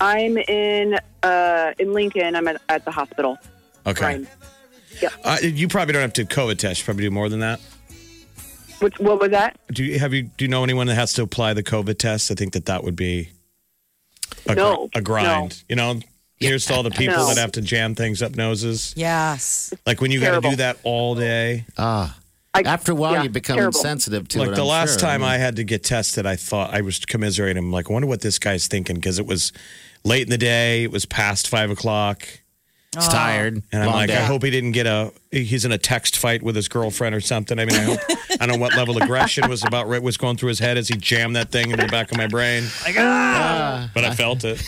I'm in uh in Lincoln. I'm at, at the hospital. Okay. Right. Uh, you probably don't have to COVID test. You probably do more than that. What, what was that? Do you have you? Do you know anyone that has to apply the COVID test? I think that that would be a, gr- No. a grind. You know, here's to all the people No. that have to jam things up noses. Yes. Like when you got to Terrible. do that all day. Ah, I, after a while, yeah, you become terrible. insensitive to it. like the I'm last sure. time I had to get tested, I thought I was commiserating. him. like, I wonder what this guy's thinking because it was late in the day. It was past five o'clock. it's tired. And I'm long like, day. I hope he didn't get a. He's in a text fight with his girlfriend or something. I mean, I hope I don't know what level of aggression was about right was going through his head as he jammed that thing into the back of my brain. Like, ah! But I felt it.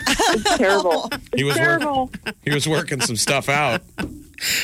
Terrible. He was working. terrible. He was working some stuff out.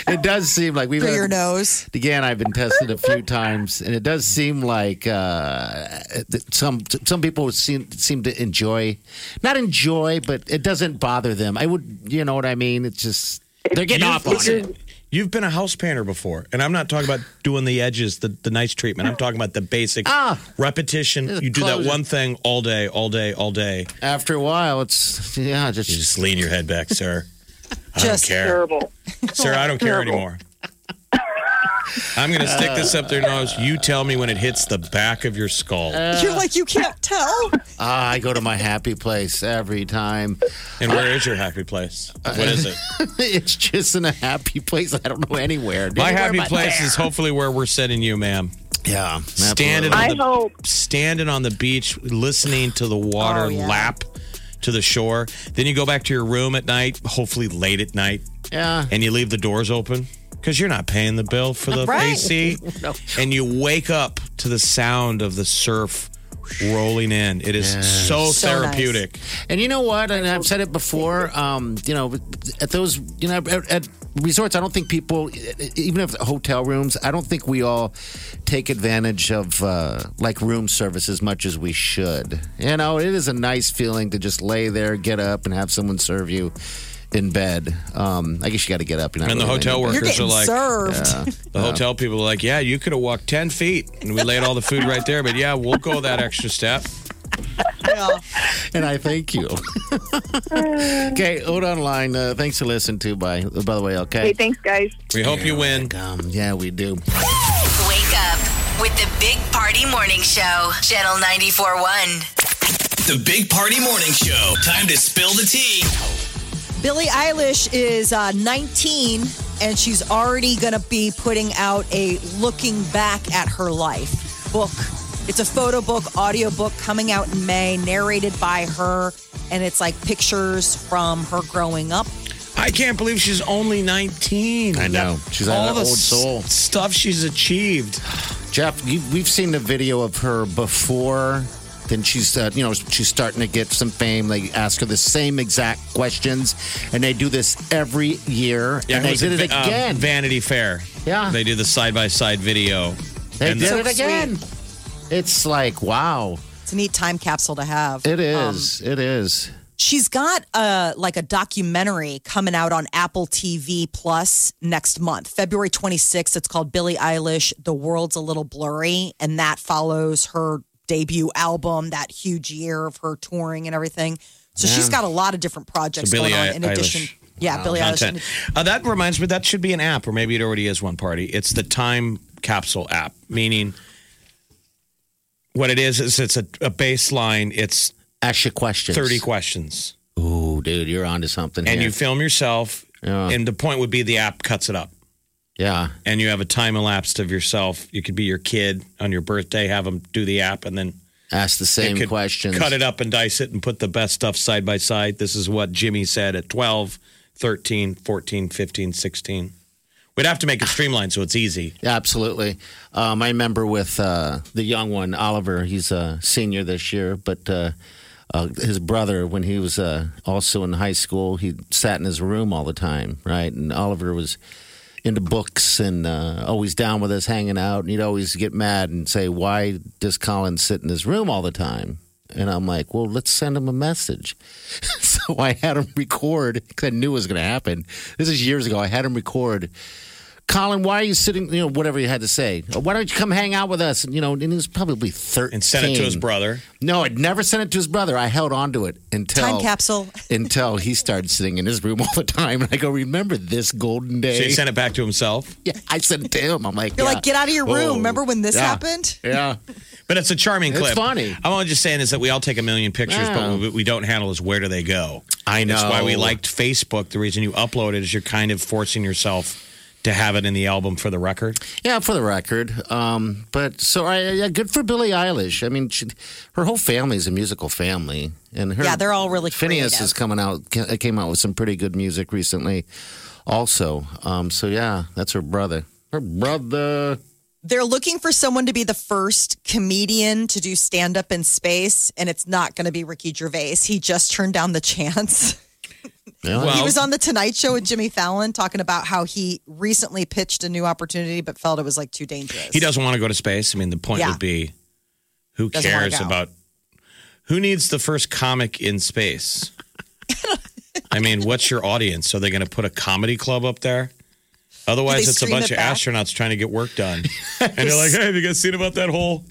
it does seem like we've Through had- your nose. Again, I've been tested a few times, and it does seem like uh, that some some people seem seem to enjoy, not enjoy, but it doesn't bother them. I would, you know what I mean? It's just they're getting off on it. You've been a house painter before, and I'm not talking about doing the edges, the, the nice treatment. I'm talking about the basic Ah. repetition. Just You do close that it. one thing all day, all day, all day. After a while, it's yeah, just, You just lean your head back, sir. I Just don't care. Terrible. Sarah, I don't care anymore. I'm going to stick this up their nose. You tell me when it hits the back of your skull. Uh, You're like, you can't tell. ah, I go to my happy place every time. and where is your happy place? What is it? it's just in a happy place. I don't know anywhere. My Anywhere happy but place there. is hopefully where we're sending you, ma'am. yeah, Standing I on, the, hope. standing on the beach, listening to the water Oh, yeah. lap to the shore. Then you go back to your room at night, hopefully late at night, Yeah. and you leave the doors open because you're not paying the bill for the Right. AC. And you wake up to the sound of the surf rolling in. It is so, So nice. therapeutic. And you know what? And I've said it before. Um, you know, at those, you know, at, at resorts, I don't think people, even if hotel rooms, I don't think we all take advantage of uh, like room service as much as we should. You know, it is a nice feeling to just lay there, get up, and have someone serve you in bed. Um, I guess you got to get up. You're not And the really hotel laying in bed. You're workers are getting like, served. the hotel people are like, yeah, you could have walked 10 feet and we laid all the food right there, but yeah, we'll go that extra step. Yeah. and I thank you. okay, hold on line. Uh, thanks for listening to. By by the way, okay. Hey, thanks, guys. We hope you win. Um, yeah, we do. Wake up with the Big Party Morning Show, Channel 94.1. The Big Party Morning Show. Time to spill the tea. Billie Eilish is uh, 19 and she's already going to be putting out a looking back at her life book. It's a photo book, audio book coming out in May, narrated by her. And it's like pictures from her growing up. I can't believe she's only 19. I know. She's all an the old s- soul. stuff she's achieved. Jeff, you, we've seen the video of her before. Then she's, uh, you know, she's starting to get some fame. They ask her the same exact questions, and they do this every year. and they was did it Va- um, again. Vanity Fair. Yeah. They do the side by side video. they and did the- it again. It's like wow. It's a neat time capsule to have. It Um, is. it is. She's got a like a documentary coming out on Apple TV Plus next month, February 26th. It's called Billie Eilish: The World's a Little Blurry, and that follows her debut album, that huge year of her touring and everything. So she's got a lot of different projects So Billie going on. Ei- in addition, Eilish. yeah, Billie content. Eilish. Uh, that reminds me, that should be an app, or maybe it already is one party. It's the time capsule app, meaning what it is is it's a, a baseline, it's Ask your questions. 30 questions, Ooh, dude, you're onto something. and here. you film yourself, and the point would be the app cuts it up. yeah. And you have a time elapsed of yourself. You could be your kid on your birthday, have them do the app, and then Ask the They same could questions. Cut it up and dice it and put the best stuff side by side. This is what Jimmy said at 12, 13, 14, 15, 16. We'd have Ah. to make it streamlined so it's easy. Yeah, absolutely. Um, I remember with uh, the young one, Oliver. He's a senior this year, but uh, uh, his brother, when he was uh, also in high school, he sat in his room all the time, right? And Oliver was into books and uh, always down with us, hanging out. And he'd always get mad and say, "Why does Colin sit in his room all the time?" And I'm like, well, let's send him a message. so I had him record because I knew it was going to happen. This is years ago. I had him record Colin, why are you sitting? You know, whatever you had to say. Why don't you come hang out with us? You know, and he was probably thirteen. And send it to his brother. No, I'd never sent it to his brother. I held on to it until Time capsule. until he started sitting in his room all the time. And I go, remember this golden day? So he sent it back to himself. yeah, I sent it to him. I'm like, You're yeah. like, get out of your room. Whoa. Remember when this Yeah. happened? Yeah, But it's a charming It's clip. funny. I'm only just saying is that we all take a million pictures, Yeah. but what we don't handle is where do they go. I That's why we know. liked Facebook. The reason you upload it is you're kind of forcing yourself to have it in the album for the record. yeah. For the record, um, but so I, yeah, good for Billie Eilish. I mean, she, her whole family's a musical family, and her Yeah, they're all really Phineas is creative. coming out. ca- Came out with some pretty good music recently, also. Um, so yeah, that's her brother. Her brother. they're looking for someone to be the first comedian to do stand up in space, and it's not going to be Ricky Gervais. He just turned down the chance. Yeah. he Well- was on the Tonight Show with Jimmy Fallon talking about how he recently pitched a new opportunity but felt it was like too dangerous. He doesn't want to go to space. I mean, the point Yeah. would be who Doesn't wanna cares go. about who needs the first comic in space? I mean, what's your audience? Are they going to put a comedy club up there? Otherwise, Do they it's a scream bunch it of back? astronauts trying to get work done. and they're like, hey, have you guys seen about that whole.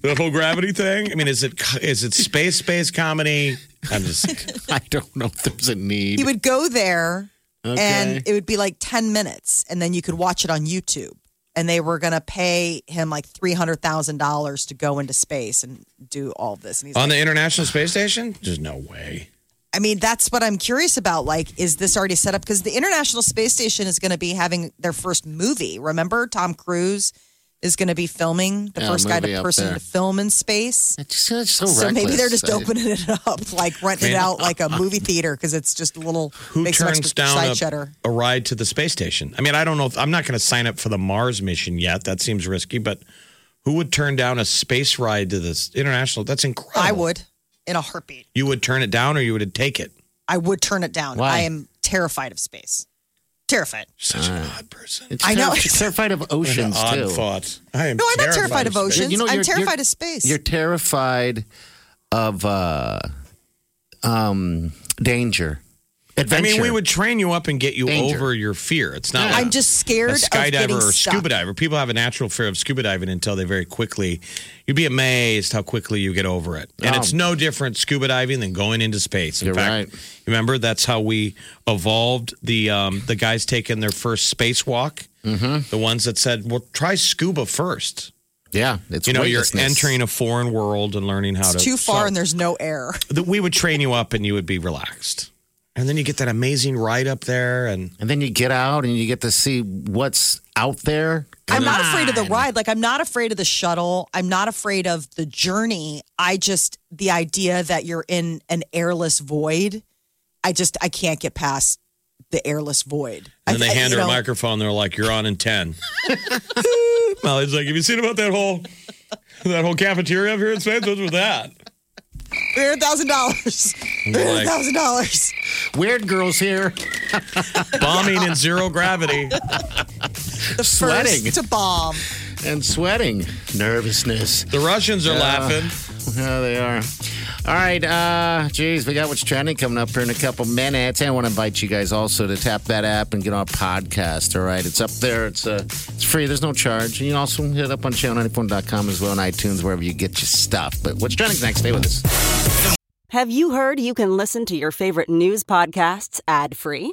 The whole gravity thing. I mean, is it is it space space comedy? I'm just I don't know if there's a need. He would go there Okay. and it would be like 10 minutes, and then you could watch it on YouTube. And they were going to pay him like $300,000 to go into space and do all this. And he's on like, the International Space Station. There's no way. I mean, that's what I'm curious about. Like, is this already set up? Because the International Space Station is going to be having their first movie. Remember, Tom Cruise is going to be filming the Yeah, first guy movie to up person there. to film in space. It's just- it's so, So maybe they're reckless. just opening it up, like renting it out like a movie theater because it's just a little uh, Who makes some turns extra down side a, cheddar. a ride to the space station? I mean, I don't know if I'm not going to sign up for the Mars mission yet. That seems risky, but Who would turn down a space ride to this international? That's incredible. I would in a heartbeat. You would turn it down, or you would take it. I would turn it down. Why? I am terrified of space. Terrified. Such an odd person. It's I know. She's terrified of An Ah. oceans odd too. thought. I am. No, I'm not terrified of space. oceans. You know, I'm you're- terrified you're- of space. You're terrified of uh, um, danger, I adventure. mean, we would train you up and get you Danger. over your fear. It's not. like I'm just a scared of skydiver getting or stuck. scuba diver. People have a natural fear of scuba diving until they very quickly. You'd be amazed how quickly you get over it, and Oh. it's Um, no different scuba diving than going into space. In You're fact, right. remember that's how we evolved. The um, the guys taking their first spacewalk, mm-hmm. the ones that said, "Well, try scuba first. yeah, it's You know, you're weightlessness. entering a foreign world and learning how It's to too far so- and there's no air. that we would train you up and you would be relaxed. And then you get that amazing ride up there and and then you get out and you get to see what's out there. I'm not afraid of the on. ride. Like I'm not afraid of the shuttle. I'm not afraid of the journey. I just the idea that you're in an airless void. I just I can't get past the airless void. then I, they I- hand you her a know, microphone. They're like, "You're on in 10. Molly's like, "Have you seen about that whole that whole cafeteria up here in space? What's with that?" Three thousand dollars. Three Like- thousand dollars. Weird girls here. Bombing in zero gravity. The Sweating. first to bomb. and sweating, nervousness. The Russians are laughing. Yeah, they are. All right, uh, geez, we got what's trending coming up here in a couple minutes. And I want to invite you guys also to tap that app and get on our podcast. All right, it's up there. It's uh, it's free. There's no charge. And you can also hit it up on channel94.com as well on iTunes wherever you get your stuff. But what's trending next? Stay with us. Have you heard you can listen to your favorite news podcasts ad free?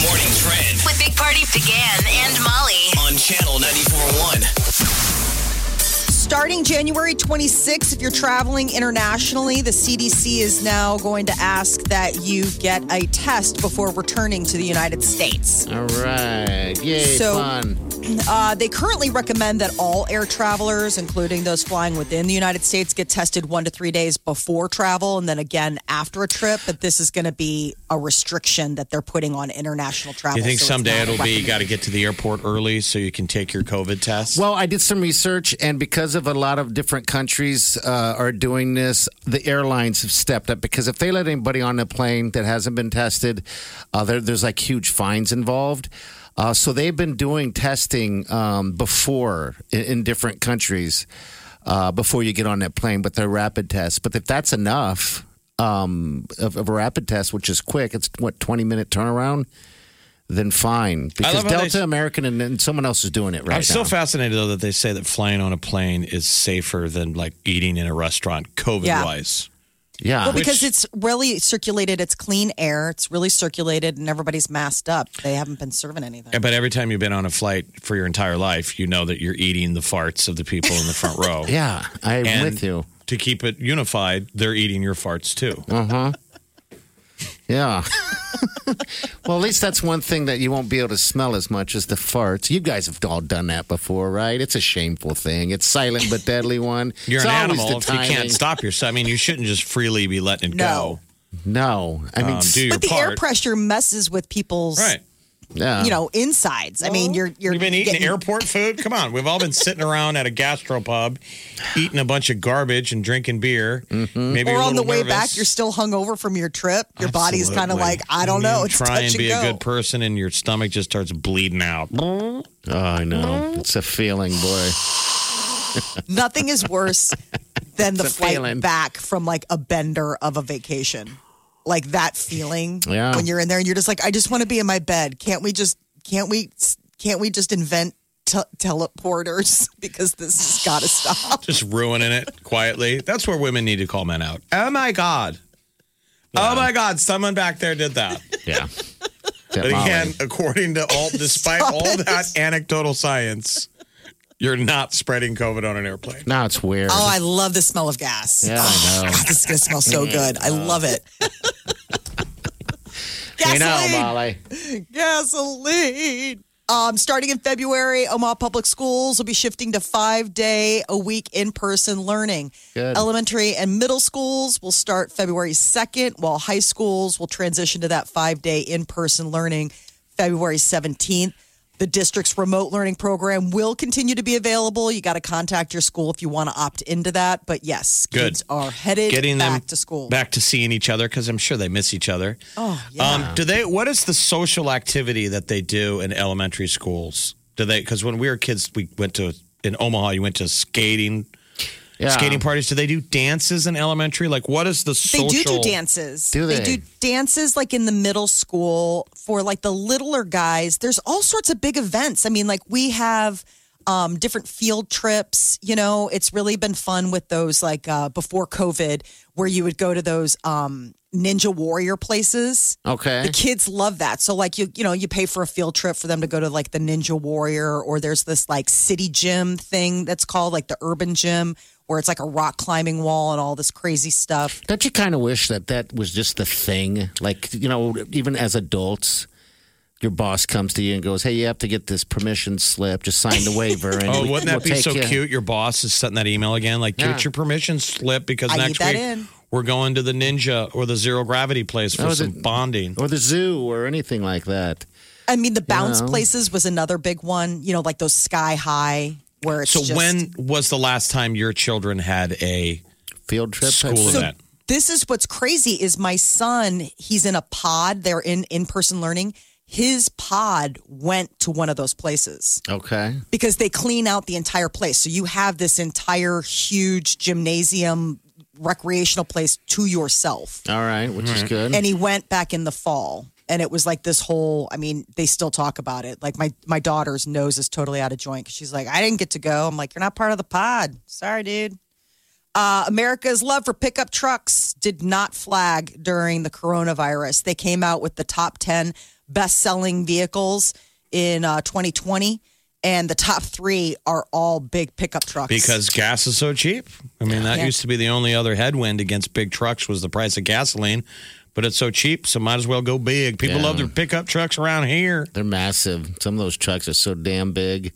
Morning trend With Big Party began and Molly. on channel 94.1. Starting January 26th, if you're traveling internationally, the CDC is now going to ask that you get a test before returning to the United States. All right, yay, So- fun. Uh, they currently recommend that all air travelers, including those flying within the United States, get tested one to three days before travel and then again after a trip. But this is going to be a restriction that they're putting on international travel. You think so it's someday not it'll be? You recommended. got to get to the airport early so you can take your COVID test. Well, I did some research, and because of a lot of different countries uh, are doing this, the airlines have stepped up. Because if they let anybody on a plane that hasn't been tested, uh, there, there's like huge fines involved. Uh, so they've been doing testing um, before in, in different countries uh, before you get on that plane, but they're rapid tests. But if that's enough um, of, of a rapid test, which is quick, it's what twenty minute turnaround. Then fine, because love how they Delta, American, and, and someone else is doing it right I'm now. still fascinated though that they say that flying on a plane is safer than like eating in a restaurant, COVID wise. Yeah. Well, because it's Which- really circulated. It's clean air. It's really circulated, and everybody's masked up. They haven't been serving anything. But every time you've been on a flight for your entire life, you know that you're eating the farts of the people in the front row. yeah, I'm And with you. To keep it unified, they're eating your farts too. Uh-huh. Yeah. well, at least that's one thing that you won't be able to smell as much as the farts. You guys have all done that before, right? It's a shameful thing. It's silent but deadly one. You're it's an always animal The if you timing. can't stop yourself. I mean, you shouldn't just freely be letting it No. No, I mean, go. Um, do your But the air part. pressure messes with people's, right. yeah. you know, insides. I mean, you're you're You've been eating getting- airport food? Come on. We've all been sitting around at a gastropub, eating a bunch of garbage and drinking beer. Maybe Mm-hmm. or you're a on the little way nervous. back, you're still hungover from your trip. Your body's kind of Absolutely. like, I don't You know. It's try touch and be go. a good person, and your stomach just starts bleeding out. oh, I know. It's a feeling, boy. Nothing is worse than the It's a flight feeling. back from like a bender of a vacation. like that feeling Yeah. when you're in there and you're just like, I just want to be in my bed. Can't we just? Can't we? Can't we just invent te- teleporters? Because this has got to stop. Just ruining it quietly. That's where women need to call men out. Oh my God. Oh my God, someone back there did that. Yeah. But again, according to all, despite all that anecdotal science, you're not spreading COVID on an airplane. Now it's weird. Oh, I love the smell of gas. Yeah, I know. This is gonna smell so good. I love it. we know, Gasoline. Molly. gasoline. Um, starting in February, Omaha Public Schools will be shifting to five day a week in person learning. Good. Elementary and middle schools will start February 2nd, while high schools will transition to that five day in person learning February 17th. The district's remote learning program will continue to be available. You got to contact your school if you want to opt into that. But yes, Good. kids are headed Getting back them to school. back to seeing each other because I'm sure they miss each other. Oh, yeah. Um, do they? What is the social activity that they do in elementary schools? Do they? Because when we were kids, we went to in Omaha. You went to skating, Yeah. skating parties. Do they do dances in elementary? Like, what is the They social? do do dances. Do they? do dances like in the middle school for like the littler guys. There's all sorts of big events. I mean, like we have um, different field trips. You know, it's really been fun with those like uh, before COVID, where you would go to those um, ninja warrior places. Okay. The kids love that. So like you you know, you pay for a field trip for them to go to like the Ninja Warrior or there's this like city gym thing that's called like the urban gym where it's like a rock climbing wall and all this crazy stuff. Don't you kind of wish that that was just the thing? Like, you know, even as adults, your boss comes to you and goes, hey, you have to get this permission slip. Just sign the waiver. And Oh, we- wouldn't that we'll be take so you." cute? Your boss is sending that email again, like, Yeah. get your permission slip because I need next that week in. we're going to the ninja or the zero gravity place for Oh, is some it- bonding. Or the zoo or anything like that. I mean the bounce Yeah. places was another big one, you know, like those sky high where it's So, just- when was the last time your children had a Field trip. school So event? this is what's crazy is my son, he's in a pod, they're in in-person learning. His pod went to one of those places. Okay. because they clean out the entire place. So you have this entire huge gymnasium recreational place to yourself. All right, which is good. And he went back in the fall. And it was like this whole I mean, they still talk about it. Like my my daughter's nose is totally out of joint 'cause she's like, I didn't get to go. I'm like, You're not part of the pod. Sorry, dude. Uh, America's love for pickup trucks did not flag during the coronavirus. They came out with the top 10 best selling vehicles in uh, 2020, and the top three are all big pickup trucks. Because gas is so cheap. I mean, that Yeah. used to be the only other headwind against big trucks was the price of gasoline, but it's so cheap, so might as well go big. People Yeah. love their pickup trucks around here. They're massive. Some of those trucks are so damn big.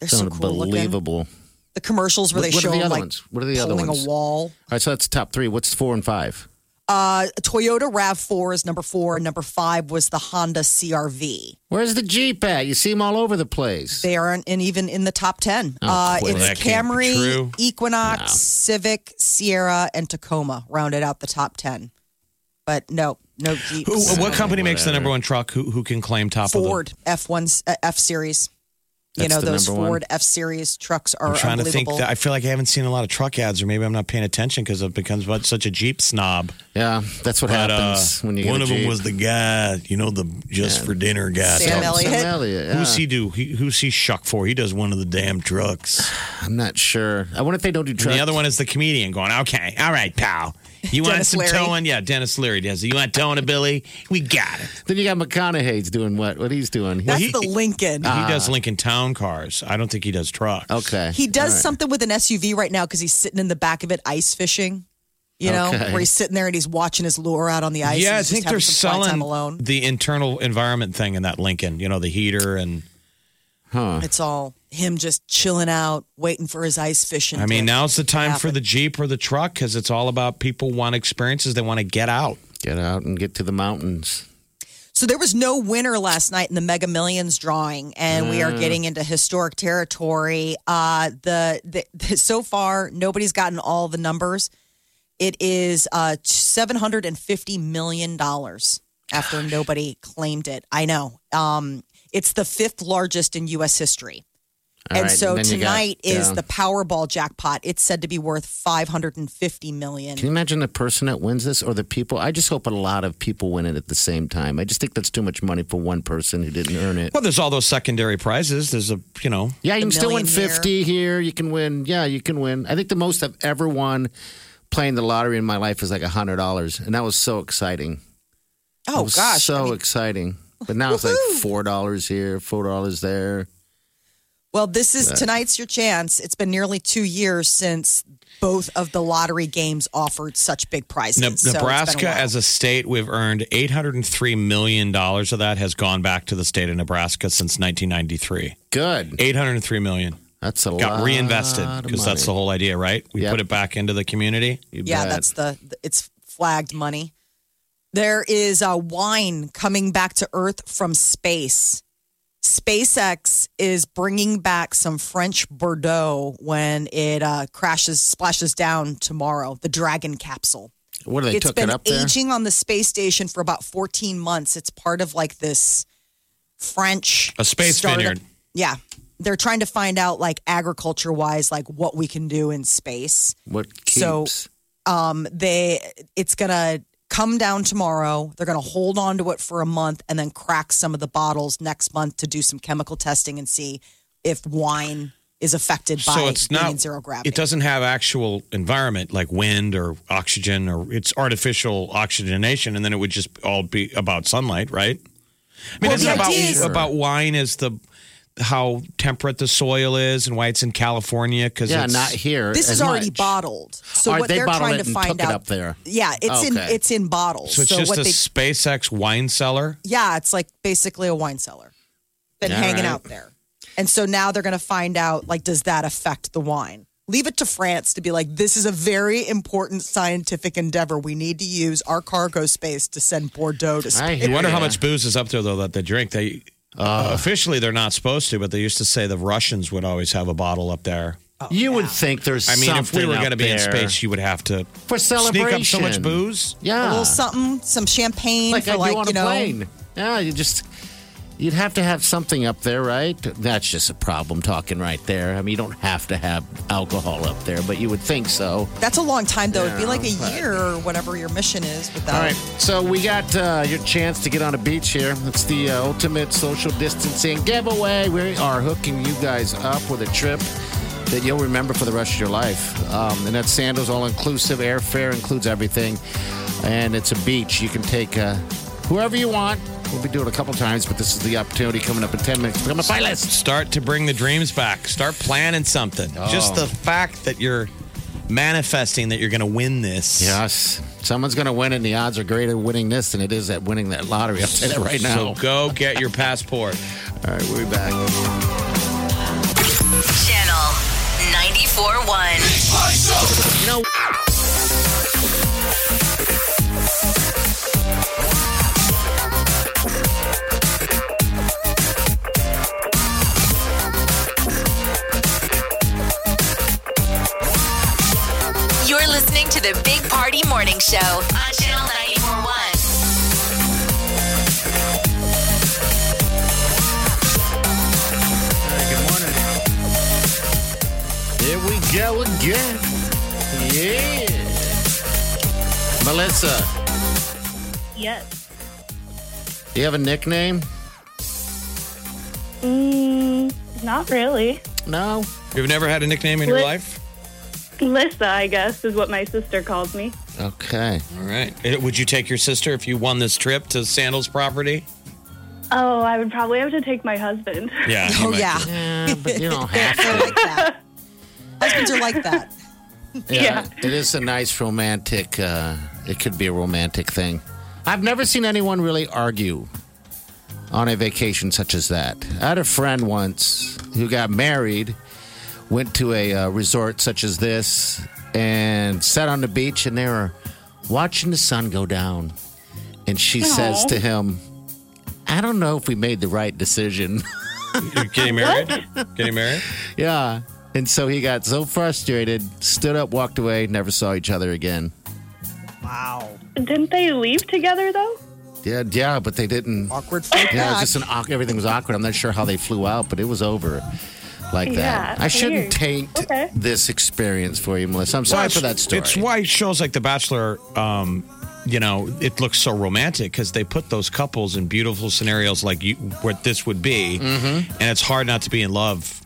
they're It's so cool looking. unbelievable. The commercials where What- they what are show the them other like ones? What are the other pulling ones? a wall. All right, so that's top three. What's four and five? Uh, Toyota RAV4 is number four, and number five was the Honda CRV. Where's the Jeep at? You see them all over the place. They aren't in, even in the top 10. Oh, uh, quit. it's That can't be Camry, true. Equinox, No. Civic, Sierra, and Tacoma rounded out the top 10. But no, no Jeeps. Who, what company makes the number one truck? Who, who can claim top of the Ford F1 uh, F Series. You That's know, the those number one? Ford F Series trucks are I'm trying to think. unbelievable. That, I feel like I haven't seen a lot of truck ads, or maybe I'm not paying attention because I've become much- such a Jeep snob. Yeah, that's what But, uh, happens when you get one a of them Jeep. was the guy, you know, the just for dinner guy. Sam So- Elliott. Sam Elliott, uh. yeah. Who's he do? He, who's he shuck for? He does one of the damn trucks. I'm not sure. I wonder if they don't do And trucks. the other one is the comedian going, "Okay, all right, pal, you want Dennis some Leary. towing? Yeah, Dennis Leary does. it. You want towing, Billy? We got it. Then you got McConaughey's doing what? What he's doing? That's he- Ah, the Lincoln. he does Lincoln Town cars. I don't think he does trucks. Ah. okay. He does All right. something with an SUV right now because he's sitting in the back of it ice fishing. You know, Okay. where he's sitting there and he's watching his lure out on the ice. yeah, I and he's think they're just having some quiet selling time alone. the internal environment thing in that Lincoln. You know, the heater and Huh. It's all him just chilling out, waiting for his ice fishing. I mean, to- now's the time for the Jeep or the truck because it's all about people want experiences. They want to get out. Get out and get to the mountains. So there was no winner last night in the Mega Millions drawing, and we Mm. are getting into historic territory. Uh, the, the, the so far nobody's gotten all the numbers. It is uh, seven hundred and fifty million dollars after nobody claimed it. I know. Um, it's the fifth largest in U.S. history. All and right, so then you got- tonight is yeah. the Powerball jackpot. It's said to be worth 550 million. Can you imagine the person that wins this or the people? I just hope a lot of people win it at the same time. I just think that's too much money for one person who didn't earn it. Well, there's all those secondary prizes. There's a, you know. Yeah, you can The still win millionaire. 50 here. You can win. Yeah, you can win. I think the most I've ever won playing the lottery in my life was like $100. And that was so exciting. Oh, It was gosh. So exciting. But now it's like $4 here, $4 there. Well, this is Right. tonight's your chance. It's been nearly two years since both of the lottery games offered such big prizes. Ne- So it's been a Nebraska, while. as a state, we've earned $803 million of that has gone back to the state of Nebraska since 1993. Good. $803 million. That's a Got lot reinvested of because that's the money. whole idea, right? We put it back into the community. yeah, that's the it's flagged money. There is a wine coming back to Earth from space. SpaceX is bringing back some French Bordeaux when it uh, crashes, splashes down tomorrow. The Dragon capsule. What do they It's took been it up there? aging on the space station for about 14 months. It's part of like this French A space startup- vineyard. Yeah, they're trying to find out like agriculture wise, like what we can do in space. What So um, they it's gonna come down tomorrow. They're gonna hold on to it for a month and then crack some of the bottles next month to do some chemical testing and see if wine is affected by So it's being not in zero gravity. It doesn't have actual environment like wind or oxygen or it's artificial oxygenation, and then it would just all be about sunlight, right? I mean, Well, isn't the it about idea is- about wine is the how temperate the soil is and why it's in California because Yeah, not here This is already bottled. So All right, what they are bottled trying it to and find took it out up there. Yeah, it's in Okay. it's in bottles. So it's just what a they SpaceX wine cellar. Yeah, it's like basically a wine cellar. Been All hanging right. out there. And so now they're going to find out like does that affect the wine? Leave it to France to be like this is a very important scientific endeavor. We need to use our cargo space to send Bordeaux to space. I wonder how much booze is up there though that they drink. They uh, Uh. officially they're not supposed to, but they used to say the Russians would always have a bottle up there. Oh, you would think there's I mean, if we something were up going to be in there. space, you would have to For sneak up so celebration. much booze. Yeah. A little something, some champagne like for I like do on you a know. plane. Yeah, you just you'd have to have something up there, right? That's just a problem talking right there. I mean, you don't have to have alcohol up there, but you would think so. That's a long time though. It'd be Yeah, like a but- year or whatever your mission is without. All right, so we got uh, your chance to get on a beach here. It's the uh, ultimate social distancing giveaway. We are hooking you guys up with a trip that you'll remember for the rest of your life. Um, and that's Sandals All Inclusive. Airfare includes everything, and it's a beach. You can take uh, whoever you want. We'll be doing it a couple times, but this is the opportunity coming up in 10 minutes. Become a finalist. Start to bring the dreams back. Start planning something. Oh. Just the fact that you're manifesting that you're going to win this. Yes. Someone's going to win, and the odds are greater winning this than it is at winning that lottery. I'll tell you that right now. So go get your passport. All right, we'll be back. Channel 94.1. You know, You're listening to the Big Party Morning Show on Channel 94.1. Here we go again. Yeah. Melissa, Yes. do you have a nickname? Mm, not really. No. You've never had a nickname in your Lit- life? Lissa, I guess, is what my sister calls me. Okay. All right. Eh, Would you take your sister if you won this trip to Sandals property? Oh, I would probably have to take my husband. Yeah. you Oh might yeah. do. but you don't have They're to. like that. Husbands are like that. Yeah. It is a nice romantic, uh, it could be a romantic thing. I've never seen anyone really argue on a vacation such as that. I had a friend once who got married, went to a uh, resort such as this, and sat on the beach, and they were watching the sun go down. And she says Aw. to him, I don't know if we made the right decision. You're getting married? Getting married? yeah. And so he got so frustrated, stood up, walked away, never saw each other again. Wow. Didn't they leave together, though? Yeah, yeah, but they didn't. Awkward feedback. Yeah, it was just an awkward. Everything was awkward. I'm not sure how they flew out, but it was over. like Yeah, that. I shouldn't weird. taint Okay. this experience for you, Melissa. I'm sorry Well, for that it's- story. It's why shows like The Bachelor, um, you know, it looks so romantic because they put those couples in beautiful scenarios like you, what this would be, Mm-hmm. and it's hard not to be in love.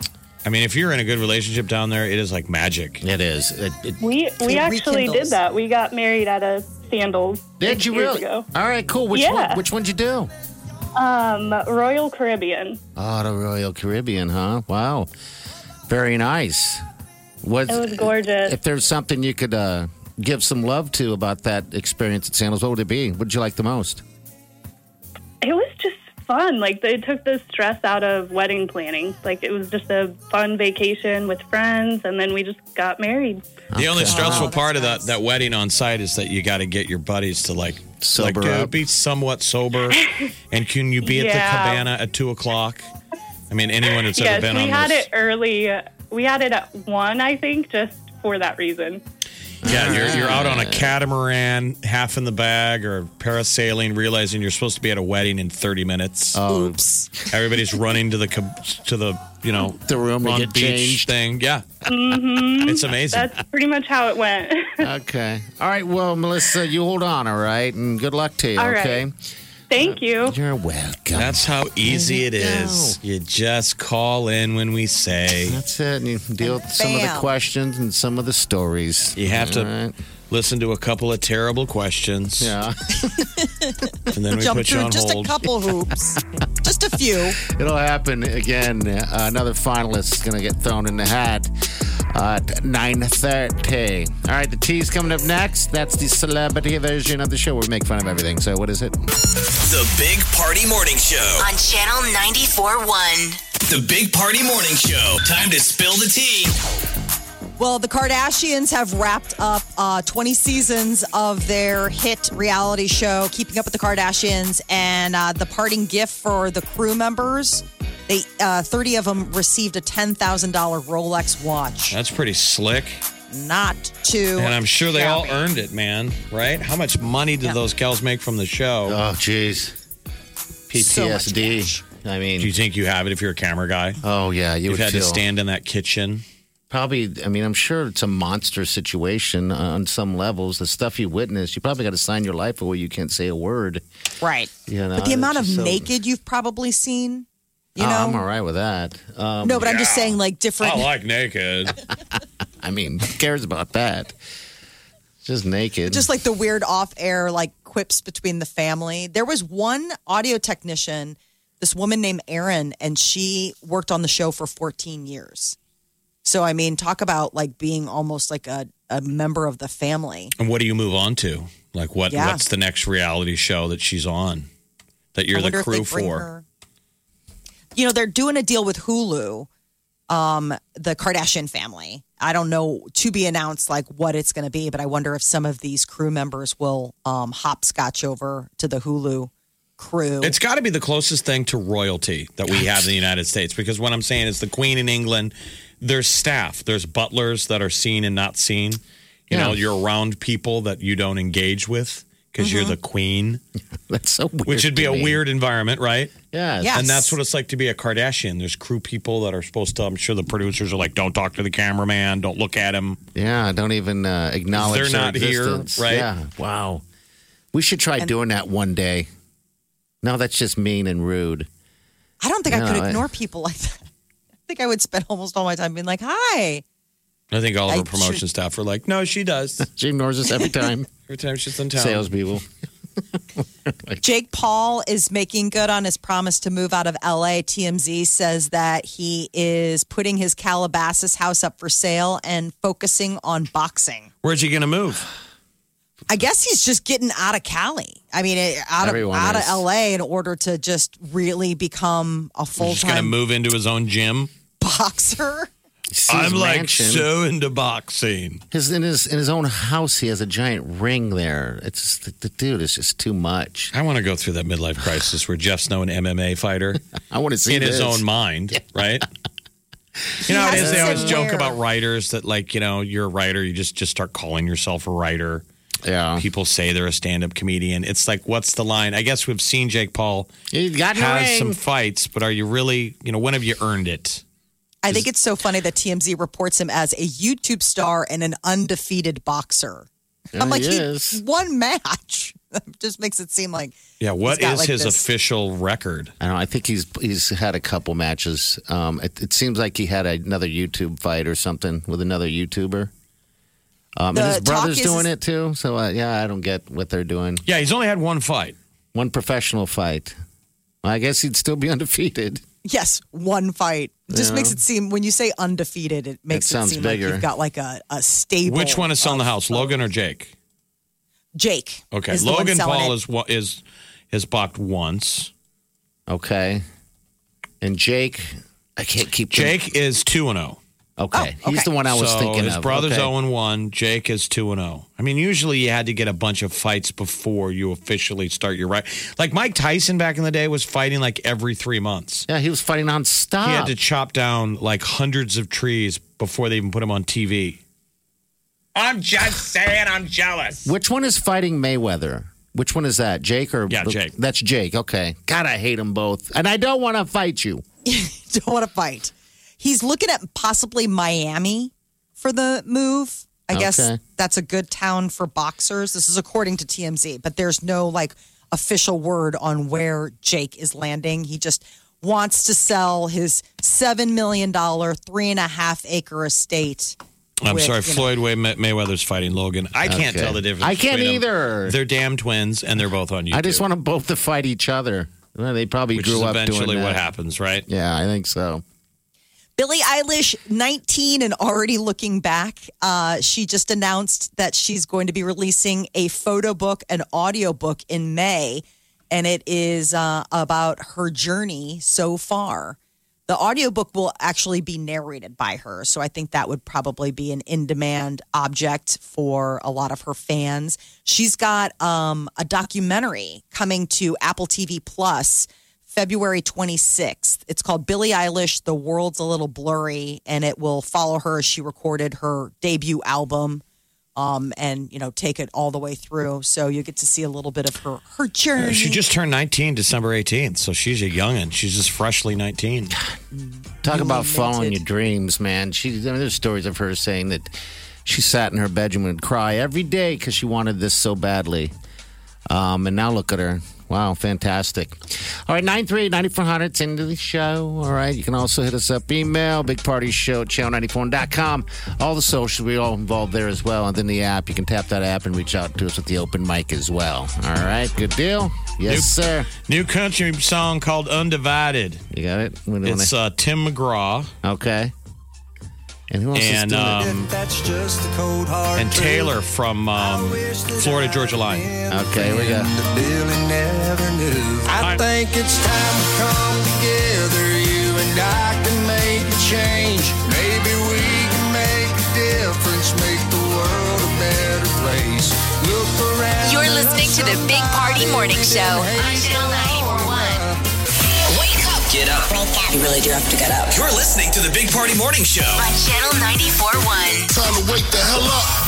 I mean, if you're in a good relationship down there, it is like magic. It is. We we It actually rekindles. did that. We got married at a sandals. Did six you years really? Ago. All right, cool. Which Yeah. one, which one'd you do? Um, Royal Caribbean. Oh, the Royal Caribbean, huh? Wow, very nice. What? It was gorgeous. If there's something you could uh, give some love to about that experience at Sandals, what would it be? What did you like the most? It was just fun. Like they took the stress out of wedding planning. Like it was just a fun vacation with friends, and then we just got married. The only stressful part of that, that wedding on site is that you got to get your buddies to like Sober like, dude, up. be somewhat sober, and can you be at the Yeah. cabana at two o'clock? I mean, anyone that's yes, ever been we on had this, it early. We had it at one, I think, just for that reason. Yeah, you're, you're out on a catamaran, half in the bag, or parasailing, realizing you're supposed to be at a wedding in 30 minutes. Oh. Oops! Everybody's running to the cab- to the you know the room to on get beach changed. thing. Yeah, Mm-hmm. hmm It's amazing. That's pretty much how it went. Okay. All right. Well, Melissa, you hold on. All right, and good luck to you. All right. okay. Thank you. You're welcome. That's how easy it is. You just call in when we say. That's it. And you deal with some of the Bam. questions and some of the stories. You have to All right. listen to a couple of terrible questions. Yeah. and then we Jump put you through on just hold. a couple hoops, just a few. It'll happen again. Uh, another finalist is going to get thrown in the hat at 9.30. All right, the tea's coming up next. That's the celebrity version of the show where we make fun of everything. So what is it? The Big Party Morning Show. On Channel 94.1. The Big Party Morning Show. Time to spill the tea. Well, the Kardashians have wrapped up uh, 20 seasons of their hit reality show, Keeping Up with the Kardashians, and uh, the parting gift for the crew members. They uh, 30 of them received a $10,000 Rolex watch. That's pretty slick. Not too. And I'm sure they all earned it, man. Right? How much money did those gals make from the show? Oh, jeez. PTSD. I mean, do you think you have it if you're a camera guy? Oh, yeah. You You've would had to feel- stand in that kitchen. Probably, I mean, I'm sure it's a monster situation uh, on some levels. The stuff you witness, you probably got to sign your life away. You can't say a word. Right. You know, but the amount of it's just so- naked you've probably seen, you Oh, know? I'm all right with that. Um, No, but I'm just saying, like, different. Oh, naked. I mean, who cares about that? Just naked. just like the weird off air like quips between the family. There was one audio technician, this woman named Erin, and she worked on the show for 14 years. So I mean, talk about like being almost like a, a member of the family. And what do you move on to? Like what Yeah. what's the next reality show that she's on that you're I the wonder if they crew bring for? her- You know, they're doing a deal with Hulu, um, the Kardashian family. I don't know to be announced like what it's going to be, but I wonder if some of these crew members will um, hopscotch over to the Hulu crew. It's got to be the closest thing to royalty that we have in the United States because what I'm saying is the Queen in England, there's staff, there's butlers that are seen and not seen. You know, you're around people that you don't engage with because you're Mm-hmm. the Queen. That's so weird. Which would be to a me. weird environment, right? Yeah. And that's what it's like to be a Kardashian. There's crew people that are supposed to, I'm sure the producers are like, don't talk to the cameraman, don't look at him. Yeah, don't even uh, acknowledge They're their not here, existence. right? Yeah. Wow. We should try doing that one day. No, that's just mean and rude. I don't think I No, could I- ignore people like that. I think I would spend almost all my time being like, "Hi." I think all of I her promotion should- staff were like, no, she does. She ignores us every time. Every time she's in town. Salespeople. Jake Paul is making good on his promise to move out of LA. TMZ says that he is putting his Calabasas house up for sale and focusing on boxing. Where's he going to move? I guess he's just getting out of Cali. I mean, eh, out of Everyone out is. of LA in order to just really become a full He's just going to time move into his own gym. boxer. I'm like mansion. so into boxing. His, in his in his own house, he has a giant ring there. It's just, the, the dude is just too much. I want to go through that midlife crisis where Jeff's now an MMA fighter. I want to see in his this. own mind, right? You know, it is, they always joke about writers that, like, you know, you're a writer, you just just start calling yourself a writer. Yeah. People say they're a stand up comedian. It's like, what's the line? I guess we've seen Jake Paul He got in the has ring. some fights, but are you really, you know, when have you earned it? I think it's so funny that TMZ reports him as a YouTube star and an undefeated boxer. Yeah, I'm like, he he is. one match. Just makes it seem like Yeah, what He's got, is like, his this- official record? I don't know. I think he's he's had a couple matches. Um, it, it seems like he had another YouTube fight or something with another YouTuber. Um, and The his brother's talk is- doing it too. So uh, yeah, I don't get what they're doing. Yeah, he's only had one fight. One professional fight. I guess he'd still be undefeted. yes, one fight. It just Yeah. makes it seem when you say undefeated, it makes it, sounds seem bigger. like you've got like a, a stable. Which one is selling the house, Logan or Jake? Jake. Okay, is the one Logan selling Paul it. is what is has balked once. Okay. And Jake, I can't keep Jake is two and zero. Okay, he's the one I was Oh, so thinking his of. brother's Okay. zero and one. Jake is two and zero. I mean, usually you had to get a bunch of fights before you officially start your right. Like Mike Tyson back in the day was fighting like every three months. Yeah, he was fighting on stop. He had to chop down like hundreds of trees before they even put him on TV. I'm just saying, I'm jealous. Which one is fighting Mayweather? Which one is that? Jake or Yeah, Jake. That's Jake. Okay. God, I hate them both, and I don't want to fight you. Don't want to fight. He's looking at possibly Miami for the move. I guess Okay. that's a good town for boxers. This is according to TMZ, but there's no like official word on where Jake is landing. He just wants to sell his seven million dollar, three and a half acre estate. I'm with, sorry, you know- Floyd Way- May- Mayweather's fighting Logan. I can't Okay. tell the difference. I can't between them. either. They're damn twins, and they're both on YouTube. I just want them both to fight each other. Well, they probably which grew is up eventually doing what that. happens, right? Yeah, I think so. Billie Eilish, 19 and already looking back. Uh, she just announced that she's going to be releasing a photo book and audio book in May, and it is uh, about her journey so far. The audiobook will actually be narrated by her. So I think that would probably be an in demand object for a lot of her fans. She's got um, a documentary coming to Apple TV Plus February 26th. It's called Billie Eilish, The World's a Little Blurry, and it will follow her as she recorded her debut album. Um, and you know, take it all the way through, so you get to see a little bit of her her journey. She just turned 19 December 18th, so she's a youngin'. She's just freshly 19. Talk about following your dreams, man. She, I mean, there's stories of her saying that she sat in her bedroom and would cry every day because she wanted this so badly. Um, and now look at her. Wow, fantastic. All right, 938-9400, it's into the show. All right, you can also hit us up, email, bigpartyshow at channel94.com. All the socials, we're all involved there as well. And then the app, you can tap that app and reach out to us with the open mic as well. All right, good deal. Yes, New- sir. New country song called Undivided. You got it? We don't It's uh, Tim McGraw wanna- okay. And who else and is doing it? um, and Taylor from um, Florida Georgia Line. Okay, here we go. I think it's time to come together. You and I can make a change. Maybe we can make a difference, make the world a better place. Look around. You're listening to the Big Party Morning Show on Channel 941. Wake up. Get up. You really do have to get up. You're listening to the Big Party Morning Show. On Channel 941. Time to wake the hell up.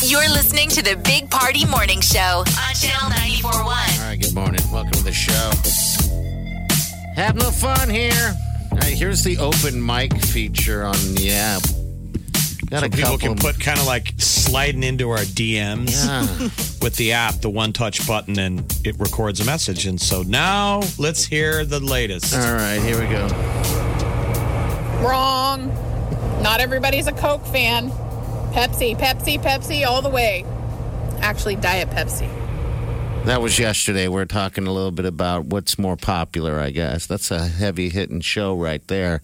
You're listening to the Big Party Morning Show on Channel 941. All right, good morning. Welcome to the show. Have no fun here. All right, here's the open mic feature on the app. Got So a people couple. can put kind of like sliding into our DMs yeah. with the app, the one touch button, and it records a message. And so now let's hear the latest. All right, here we go. Wrong. Not everybody's a Coke fan. Pepsi, Pepsi, Pepsi, all the way. Actually, Diet Pepsi. That was yesterday. We're talking a little bit about what's more popular, I guess. That's a heavy hitting show right there.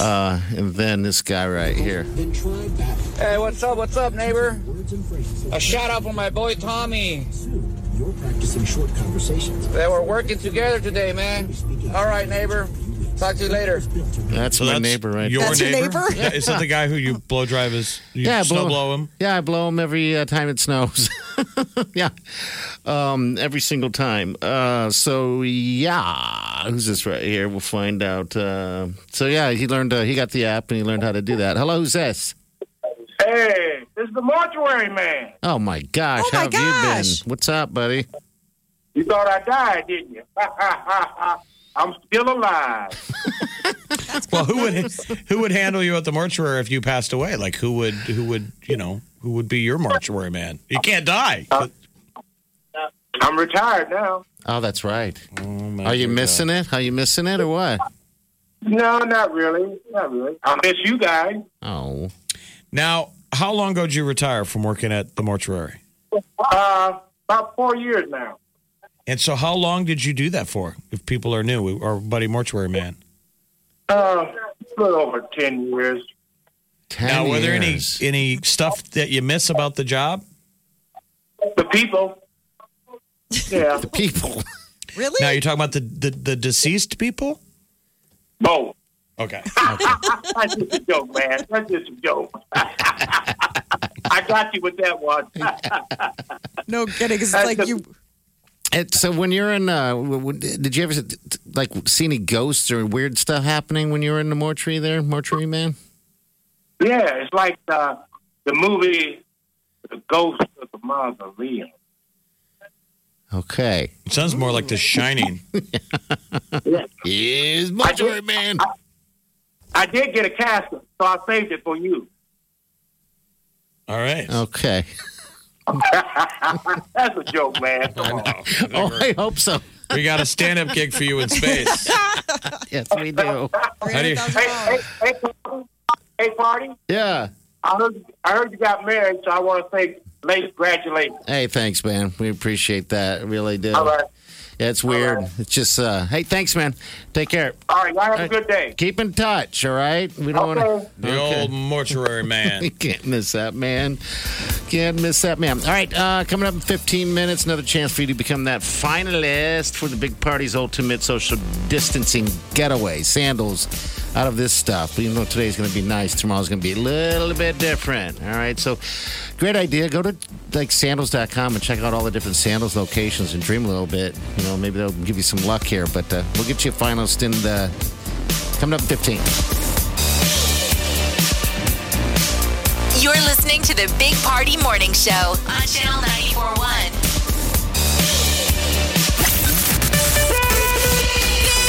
Uh, and then this guy right here. Hey, what's up? What's up, neighbor? A shout out for my boy Tommy. You're practicing short conversations. They were working together today, man. All right, neighbor. Talk to you later. That's So my that's neighbor right Your there. That's your neighbor? neighbor? Yeah, Is that the guy who you blow drive his, you Yeah, snow blow- blow him? Yeah, I blow them every uh, time it snows. yeah, um, every single time. Uh, so yeah, who's this right here? We'll find out. Uh, so yeah, he learned. Uh, he got the app and he learned how to do that. Hello, who's this? Hey, this is the mortuary man. Oh my gosh, Oh, my how have you gosh. been? What's up, buddy? You thought I died, didn't you? I'm still alive. Well, who would who would handle you at the mortuary if you passed away? Like who would who would you know who would be your mortuary man? You can't die. Uh, I'm retired now. Oh, that's right. Are you missing it? Are you missing it or what? No, not really. Not really. I miss you guys. Oh. Now, how long ago did you retire from working at the mortuary? Uh, about four years now. And so, how long did you do that for? If people are new, our buddy mortuary man. Uh, a little over 10 years. now, were there any any stuff that you miss about the job? The people. Yeah. the people. Really? Now you're talking about the the, the deceased people. Both. Okay. Oh, That's just a joke, man. That's just a joke. I got you with that one. no kidding. 'cause It's like you. And so when you're in, uh, w- w- did you ever like see any ghosts or weird stuff happening when you were in the mortuary there, mortuary man? Yeah, it's like uh, the movie The Ghost of the Mausoleum. Okay. It sounds more like The Shining. Is mortuary man. I, I did get a casket, so I saved it for you. All right. Oh. Okay. That's a joke, man. Come on. Oh, I hope so. We got a stand up gig for you in space. yes, we do. How do you- Oh. hey, hey, hey, hey, party. Yeah. I heard, I heard you got married, so I want to say, late congratulations. Hey, thanks, man. We appreciate that. I really do. All right. Yeah, it's weird. It's just, uh, hey, thanks, man. Take care. All right, y'all have a good day. Keep in touch, all right? We don't Okay. want to. The old mortuary man. You can't miss that, man. Can't miss that, man. All right, uh, coming up in 15 minutes, another chance for you to become that finalist for the Big Party's ultimate social distancing getaway. Sandals out of this stuff. Even though today's going to be nice, tomorrow's going to be a little bit different. All right, so great idea. Go to like sandals.com and check out all the different sandals locations and dream a little bit. You know, maybe they'll give you some luck here, but uh, we'll get you a finalist in the coming up in 15. You're listening to the Big Party Morning Show on Channel 941.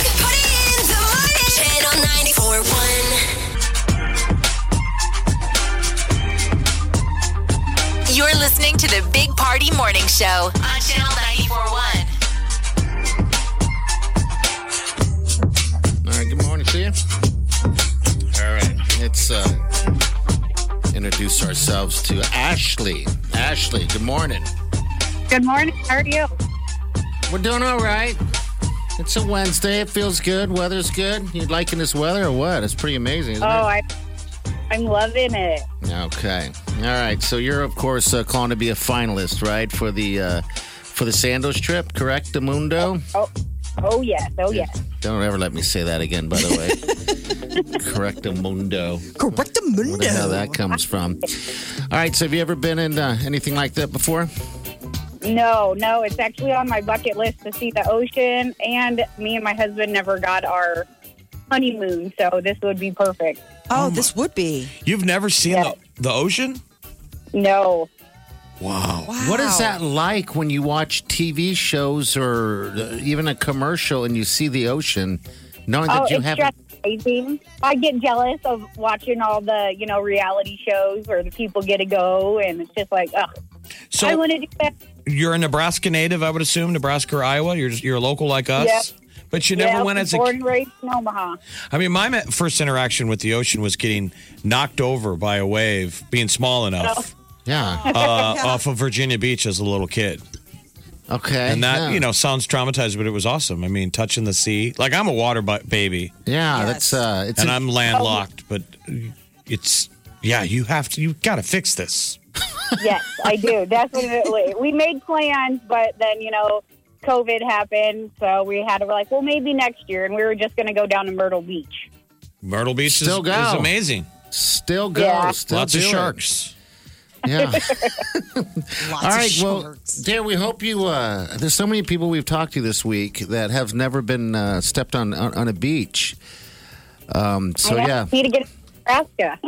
Big Party in the morning. Channel 941. You're listening to the Big Party Morning Show on Channel 941. All right, good morning to you. All right, let's uh, introduce ourselves to Ashley. Ashley, good morning. Good morning. How are you? We're doing all right. It's a Wednesday. It feels good. Weather's good. You liking this weather or what? It's pretty amazing, isn't oh, I, I'm loving it. it? Okay. All right. So you're of course uh, calling to be a finalist, right, for the uh, for the Sandals trip, correct, Amundo? Oh, oh yes. Oh yes. Don't ever let me say that again, by the way. Correctamundo. Correctamundo. Where the hell that comes from. All right, so have you ever been in uh, anything like that before? No, no, it's actually on my bucket list to see the ocean, and me and my husband never got our honeymoon, so this would be perfect. Oh, this would be. You've never seen the, the ocean? No. Wow. What is that like when you watch TV shows or uh, even a commercial and you see the ocean, knowing oh, that you it's haven't? just amazing. I get jealous of watching all the you know reality shows where the people get to go, and it's just like, oh, So- I want to do that. You're a Nebraska native, I would assume, Nebraska or Iowa. You're just, you're a local like us. But you never yeah, went as a born and raised in Omaha. I mean, my ma- first interaction with the ocean was getting knocked over by a wave, being small enough, Yeah. uh, off of Virginia Beach as a little kid. Okay. And that, yeah. you know, sounds traumatized, but it was awesome. I mean, touching the sea. Like, I'm a water bu- baby. Yeah, that's uh, it's and a- I'm landlocked, but it's, yeah, you have to, you got to fix this. yes, I do. Definitely. We made plans, but then, you know, COVID happened. So we had to, like, well, maybe next year. And we were just going to go down to Myrtle Beach. Myrtle Beach is- Still is, go. amazing. Still go. Yeah. Still Lots of do it. sharks. Yeah. Lots All of right, well, sharks. dear, we hope you. Uh, there's so many people we've talked to this week that have never been uh, stepped on, on on a beach. Um, so I know. yeah, Need to get to Nebraska.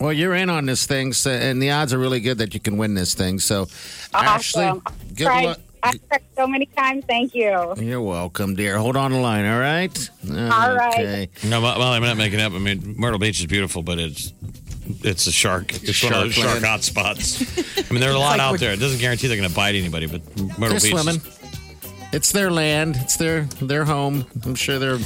well, you're in on this thing, so, and the odds are really good that you can win this thing. So, Ashley, Awesome. good Tried luck. I've tried so many times. Thank you. You're welcome, dear. Hold on the line, all right? All right. Okay. No, well, I'm not making up. I mean, Myrtle Beach is beautiful, but it's it's a shark. It's one of those Shark shark land. hot spots. I mean, there are a lot like out we're- there. It doesn't guarantee they're going to bite anybody, but Myrtle They're Beach. is- swimming. It's their land. It's their their home. I'm sure they're.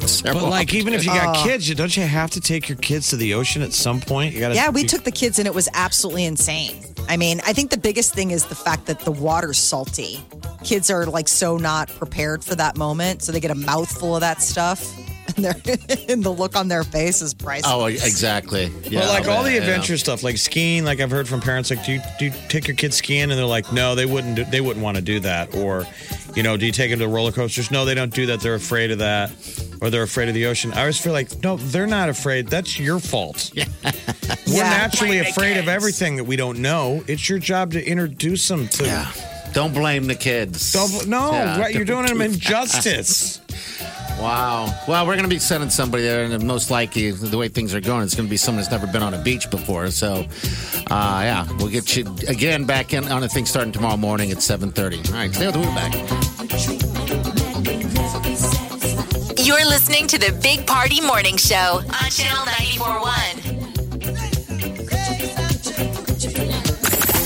But like, even if you got Uh, kids, you don't you have to take your kids to the ocean at some point? You gotta, yeah, we you- took the kids and it was absolutely insane. I mean, I think the biggest thing is the fact that the water's salty. Kids are like so not prepared for that moment, so they get a mouthful of that stuff, and, they're, and the look on their face is priceless. Oh, exactly. Yeah, well, like all the yeah. adventure stuff, like skiing. Like I've heard from parents, like, do you, do you take your kids skiing? And they're like, no, they wouldn't. Do, they wouldn't want to do that. Or, you know, do you take them to roller coasters? No, they don't do that. They're afraid of that, or they're afraid of the ocean. I always feel like, no, they're not afraid. That's your fault. We're Yeah. naturally Blame the afraid of everything that we don't know. It's your job to introduce them to. Don't blame the kids. Don't bl- no, Yeah, right, you're don't doing them do that. injustice. Wow. Well, we're going to be sending somebody there, and most likely, the way things are going, it's going to be someone that's never been on a beach before. So, uh, yeah, we'll get you again back in on the thing starting tomorrow morning at 7.30. All right, stay with the We're back. You're listening to the Big Party Morning Show on Channel 941.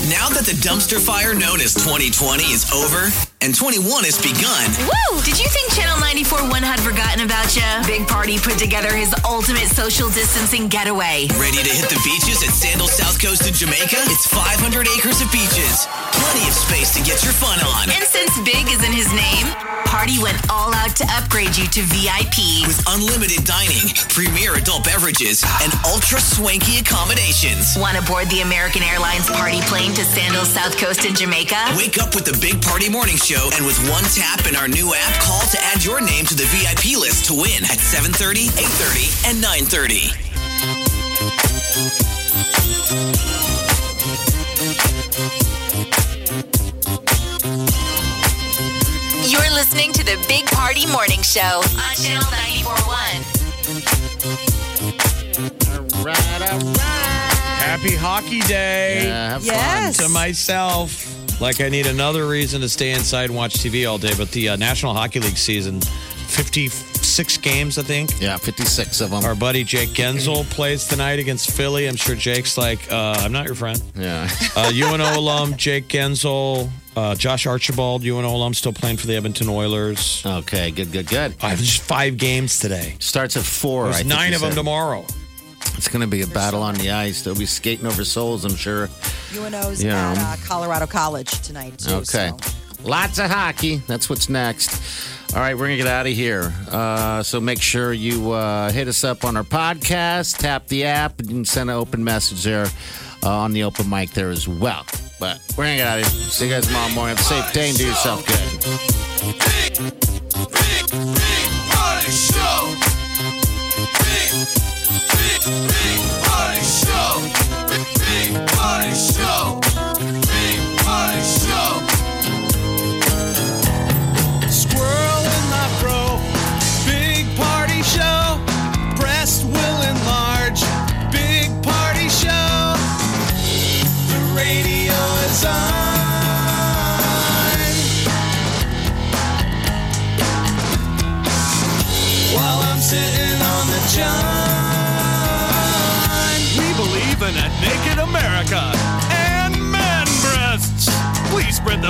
Now that the dumpster fire known as 2020 is over and 21 has begun, Woo! Did you think Channel 941 had forgotten about you? Big Party put together his ultimate social distancing getaway. ready to hit the beaches at Sandal South Coast in Jamaica, it's 500 acres of beaches, plenty of space to get your fun on. And since Big is in his name, Party went all out to upgrade you to VIP. With unlimited dining, premier adult beverages, and ultra swanky accommodations. Want to board the American Airlines party plane to Sandals South Coast in Jamaica? Wake up with the Big Party Morning Show, and with one tap in our new app, call to add your name to the VIP list to win at 7:30, 8:30, and 9:30. You're listening to the Big Party Morning Show on Channel 941. Right, all right. Happy Hockey Day. Yeah, have Yes. To myself. Like I need another reason to stay inside and watch TV all day, but the uh, National Hockey League season, 56 games, I think. Yeah, 56 of them. Our buddy Jake Genzel plays tonight against Philly. I'm sure Jake's like, uh, I'm not your friend. Yeah. Uh, UNO alum Jake Genzel, uh, Josh Archibald, UNO alum, still playing for the Edmonton Oilers. Okay, good, good, good. I have just five games today. Starts at 4. There's I think nine you of them said. tomorrow. It's going to be a battle on the ice. They'll be skating over souls, I'm sure. UNO's Yeah. at uh, Colorado College tonight. Too, Okay. so. Lots of hockey. That's what's next. All right, we're going to get out of here. Uh, so make sure you uh, hit us up on our podcast, tap the app, and you can send an open message there uh, on the open mic there as well. But we're going to get out of here. See you guys tomorrow morning. Have a safe day and do yourself good. Party show. Big, big, big party show. Big, big party show. Big party show. Squirrel in my bro. Big party show. Breast will enlarge. Big party show. The radio is on. while I'm sitting on the john. We believe in a naked America and man breasts. Please spread the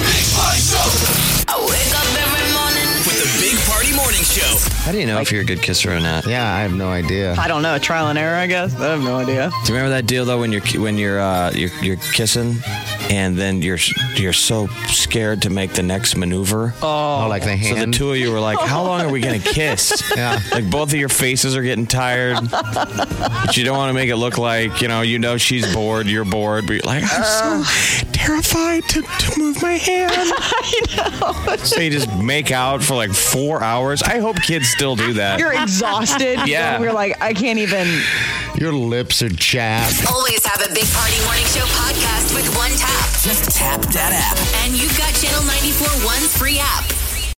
Big party show. I wake up every morning. With the Big Party Morning Show. How do you know if you're a good kisser or not? Yeah, I have no idea. I don't know. Trial and error, I guess. I have no idea. Do you remember that deal though when you're when you're uh, you're, you're kissing, and then you're you're so scared to make the next maneuver? Oh, like the So the hand. two of you were like, "How long are we gonna kiss?" yeah. Like both of your faces are getting tired, but you don't want to make it look like you know you know she's bored, you're bored, but you're like, I'm so terrified to, to move my hand. I know. So you just make out for like four hours. I hope kids still do that. You're exhausted. Yeah. We're like, I can't even. Your lips are chapped. Always have a Big Party Morning Show podcast with one tap. Just tap that app. And you've got Channel 94.1's free app.